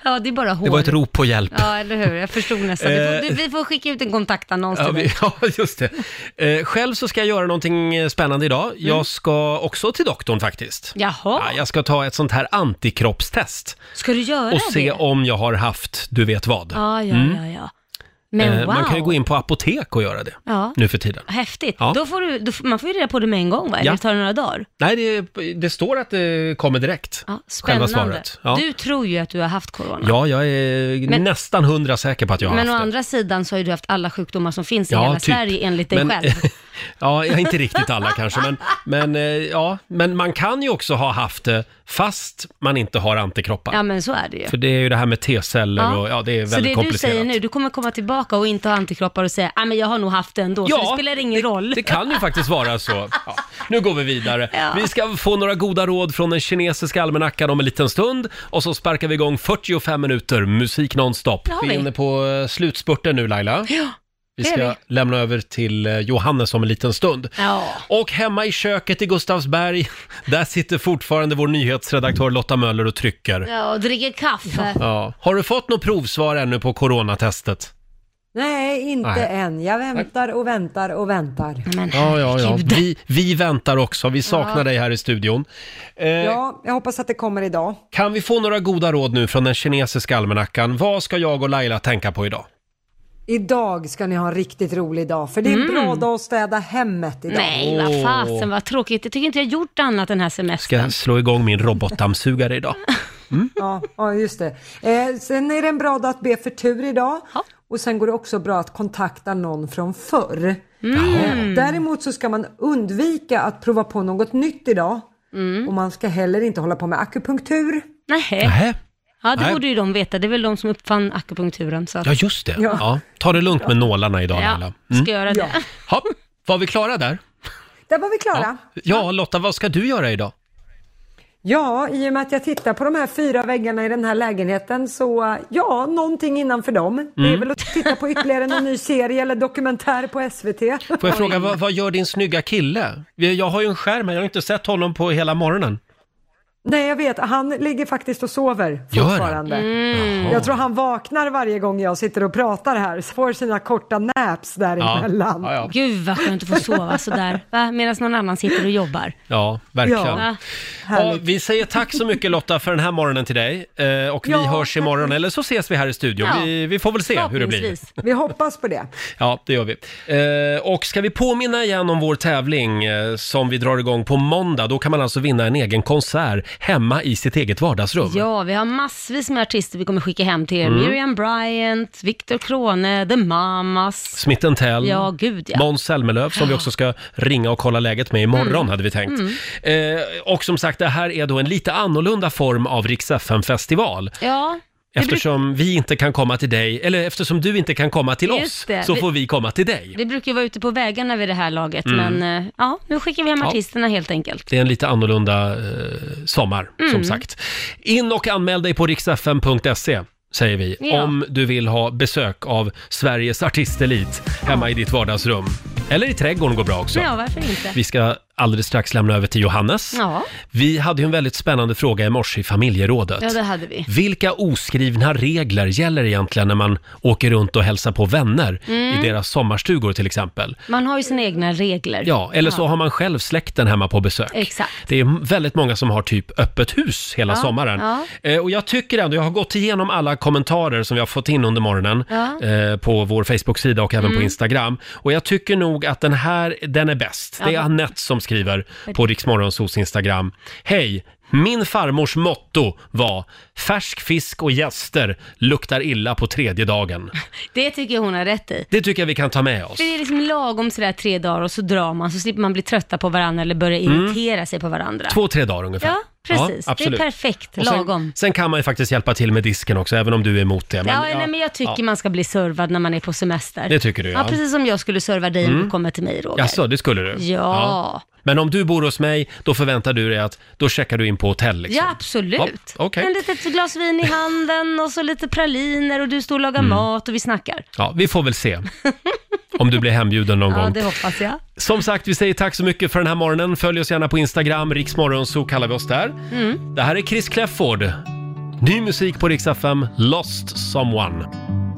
Speaker 3: Ja, det är bara hår.
Speaker 1: Det var ett rop på hjälp.
Speaker 3: Ja, eller hur? Jag förstod nästan. Vi
Speaker 1: Eh.
Speaker 3: får, du, vi får skicka ut en kontaktannons
Speaker 1: Ja,
Speaker 3: till dig.
Speaker 1: vi, ja, just det. Eh, själv så ska jag göra någonting eh, spännande idag. Jag ska också till doktorn faktiskt.
Speaker 3: Mm. Jaha,
Speaker 1: Ja, jag ska ta ett sånt här antikroppstest
Speaker 3: ska du göra
Speaker 1: och se
Speaker 3: det?
Speaker 1: om jag har haft du vet vad.
Speaker 3: Ja, ja,
Speaker 1: Mm.
Speaker 3: ja, ja. Men
Speaker 1: Eh,
Speaker 3: wow.
Speaker 1: Man kan ju gå in på apotek och göra det
Speaker 3: Ja.
Speaker 1: nu för tiden.
Speaker 3: Häftigt.
Speaker 1: Ja.
Speaker 3: Då får du, då, får- man får ju reda på det med en gång, va? Eller
Speaker 1: Ja.
Speaker 3: tar det några dagar?
Speaker 1: Nej, det, det står att det kommer direkt.
Speaker 3: Spännande.
Speaker 1: Själva svaret. Ja.
Speaker 3: Du tror ju att du har haft corona.
Speaker 1: ja, jag är
Speaker 3: Men-
Speaker 1: nästan hundra säker på att jag har
Speaker 3: Men å
Speaker 1: haft det.
Speaker 3: andra sidan så har ju du haft alla sjukdomar som finns i
Speaker 1: Ja,
Speaker 3: hela
Speaker 1: typ.
Speaker 3: Sverige enligt dig
Speaker 1: Men-
Speaker 3: själv.
Speaker 1: Ja, jag- inte riktigt alla kanske, men, men, eh, ja, men man kan ju också ha haft det fast man inte har antikroppar.
Speaker 3: Ja, men så är det ju.
Speaker 1: För det är ju det här med T-celler
Speaker 3: Ja.
Speaker 1: och ja, det är
Speaker 3: så
Speaker 1: väldigt
Speaker 3: det du
Speaker 1: komplicerat.
Speaker 3: säger nu, du kommer komma tillbaka och inte ha antikroppar och säga, ja men jag har nog haft det ändå,
Speaker 1: Ja,
Speaker 3: så det spelar ingen roll.
Speaker 1: Det kan ju faktiskt vara så. Ja, nu går vi vidare.
Speaker 3: Ja.
Speaker 1: Vi ska få några goda råd från den kinesiska almanackan om en liten stund och så sparkar vi igång 45 minuter musik nonstop.
Speaker 5: Det har
Speaker 1: Vi är
Speaker 5: vi.
Speaker 1: inne på eh, slutspurten nu Laila. Vi
Speaker 5: det är
Speaker 1: ska lämna över till eh, Johannes om en liten stund. Och hemma i köket i Gustavsberg, där sitter fortfarande vår nyhetsredaktör Lotta Möller och trycker.
Speaker 3: Ja, och dricker kaffe.
Speaker 1: Ja. Har du fått något provsvar ännu på coronatestet?
Speaker 2: Nej, inte
Speaker 1: Nej.
Speaker 2: än. Jag väntar och väntar och väntar.
Speaker 1: Ja, ja, ja. Vi, vi väntar också. Vi saknar
Speaker 2: Ja.
Speaker 1: dig här i studion. Eh,
Speaker 2: Ja, jag hoppas att det kommer idag.
Speaker 1: Kan vi få några goda råd nu från den kinesiska almanackan? Vad ska jag och Laila tänka på idag?
Speaker 2: Idag ska ni ha en riktigt rolig dag, för det är en
Speaker 3: Mm.
Speaker 2: bra dag att städa hemmet idag.
Speaker 3: Nej, vad fasen vad tråkigt. Jag tycker inte jag gjort annat den här
Speaker 1: Ska
Speaker 3: semestern.
Speaker 1: jag slå igång min robotdammsugare idag?
Speaker 2: Ja, ja, just det. Eh, sen är det en bra dag att be för tur idag. Och sen går det också bra att kontakta någon från förr. Eh, Däremot så ska man undvika att prova på något nytt idag. Och man ska heller inte hålla på med akupunktur.
Speaker 3: Nej. Ja, det
Speaker 1: Nej.
Speaker 3: borde ju de veta. Det är väl de som uppfann akupunkturen. Så att...
Speaker 1: Ja, just det. Ja. Ta det Mm. lugnt med nålarna idag, Laila.
Speaker 3: Ja, ska göra det.
Speaker 1: Ja, var vi klara där?
Speaker 2: Där var vi klara.
Speaker 1: Ja, Lotta, vad ska du göra idag?
Speaker 2: Ja, i och med att jag tittar på de här fyra väggarna i den här lägenheten så eh, ja, någonting innanför dem. Det är
Speaker 1: Mm.
Speaker 2: väl att titta på ytterligare någon ny serie eller dokumentär på SVT.
Speaker 1: Får jag fråga, vad, vad gör din snygga kille? Vi- Jag har ju en skärm här, jag har inte sett honom på hela morgonen.
Speaker 2: Nej, jag vet. Han ligger faktiskt och sover
Speaker 1: Gör han?
Speaker 2: fortfarande.
Speaker 1: Mm. Jaha.
Speaker 2: Jag tror han vaknar varje gång jag sitter och pratar här. så Får sina korta naps däremellan.
Speaker 1: Ja, ja, ja.
Speaker 3: Gud vad skönt att få sova sådär, va? medan någon annan sitter och jobbar.
Speaker 1: Ja, verkligen.
Speaker 3: Va?
Speaker 1: Ja, vi säger tack så mycket Lotta för den här morgonen till dig. Eh, och vi
Speaker 2: Ja,
Speaker 1: hörs imorgon, eller så ses vi här i studion.
Speaker 2: Ja,
Speaker 1: Vi, vi får väl se hur det blir.
Speaker 2: Vi hoppas på det.
Speaker 1: Ja, det gör vi. Eh, och ska vi påminna igen om vår tävling eh, som vi drar igång på måndag. Då kan man alltså vinna en egen konsert hemma i sitt eget vardagsrum.
Speaker 3: Ja, vi har massvis med artister vi kommer skicka hem till er.
Speaker 1: Mm.
Speaker 3: Miriam Bryant, Victor Crone, The Mamas.
Speaker 1: Smith Tell,
Speaker 3: Ja, gud ja.
Speaker 1: Måns Zelmerlöw som vi också ska ringa och kolla läget med imorgon
Speaker 3: Mm.
Speaker 1: hade vi tänkt.
Speaker 3: Mm.
Speaker 1: Eh, och som sagt, det här är då en lite annorlunda form av Rix festival
Speaker 3: Ja, det
Speaker 1: Eftersom vi inte kan komma till dig, eller eftersom du inte kan komma till
Speaker 3: Just
Speaker 1: oss,
Speaker 3: det.
Speaker 1: så
Speaker 3: Vi-
Speaker 1: får vi komma till dig.
Speaker 3: Vi brukar ju vara ute på vägarna vid det här laget,
Speaker 1: Mm.
Speaker 3: men eh, ja, nu skickar vi hem
Speaker 1: Ja.
Speaker 3: artisterna helt enkelt.
Speaker 1: Det är en lite annorlunda eh, sommar, som
Speaker 3: Mm.
Speaker 1: sagt. In och anmäl dig på riksfm.se säger vi,
Speaker 5: Ja.
Speaker 1: om du vill ha besök av Sveriges artistelit hemma i ditt vardagsrum. Eller i trädgården går bra också.
Speaker 3: Ja, varför inte?
Speaker 1: Vi ska alldeles strax lämna över till Johannes.
Speaker 3: Ja.
Speaker 1: Vi hade ju en väldigt spännande fråga i morse i familjerådet.
Speaker 3: ja, det hade vi.
Speaker 1: Vilka oskrivna regler gäller egentligen när man åker runt och hälsar på vänner
Speaker 3: Mm.
Speaker 1: i deras sommarstugor till exempel?
Speaker 3: Man har ju sina egna regler.
Speaker 1: Ja, eller så har man själv släkten hemma på besök.
Speaker 3: Exakt.
Speaker 1: Det är väldigt många som har typ öppet hus hela
Speaker 3: Ja,
Speaker 1: sommaren.
Speaker 3: ja.
Speaker 1: Eh, och jag tycker ändå, jag har gått igenom alla kommentarer som vi har fått in under morgonen
Speaker 3: Ja.
Speaker 1: eh, på vår Facebook-sida och även
Speaker 3: Mm.
Speaker 1: på Instagram. Och jag tycker nog att den här, den är bäst. Det är
Speaker 3: Ja.
Speaker 1: Annette som skriver på Riksmorgonsos Instagram. Hej! Min farmors motto var färsk fisk och gäster luktar illa på tredje dagen.
Speaker 3: Det tycker jag hon har rätt i.
Speaker 1: Det tycker jag vi kan ta med oss.
Speaker 3: För det är liksom lagom sådär tre dagar och så drar man så slipper man bli trötta på varandra eller börja
Speaker 1: Mm.
Speaker 3: irritera sig på varandra.
Speaker 1: Två, tre dagar ungefär.
Speaker 3: Ja, precis. det är
Speaker 1: absolut.
Speaker 3: perfekt,
Speaker 1: Och sen,
Speaker 3: lagom.
Speaker 1: Sen kan man ju faktiskt hjälpa till med disken också, även om du är emot det.
Speaker 3: ja, Nej, men jag tycker
Speaker 1: ja.
Speaker 3: man ska bli servad när man är på semester.
Speaker 1: Det tycker du,
Speaker 3: ja.
Speaker 1: ja.
Speaker 3: precis som jag skulle serva dig om
Speaker 1: Mm.
Speaker 3: du kommer till mig Roger.
Speaker 1: Jaså, det skulle du?
Speaker 3: Ja.
Speaker 1: Men om du bor hos mig, då förväntar du dig att då checkar du in på hotell liksom?
Speaker 3: Ja, absolut.
Speaker 1: Ja, okej.
Speaker 3: En litet glas vin i handen och så lite praliner och du står och lagar
Speaker 1: Mm.
Speaker 3: mat och vi snackar.
Speaker 1: Ja, vi får väl se. Om du blir hembjuden någon
Speaker 3: Ja,
Speaker 1: gång.
Speaker 3: det hoppas jag.
Speaker 1: Som sagt, vi säger tack så mycket för den här morgonen. Följ oss gärna på Instagram, riksmorgonso kallar vi oss där.
Speaker 3: Mm.
Speaker 1: Det här är Chris Clefford. Ny musik på Rix FM, Lost Someone.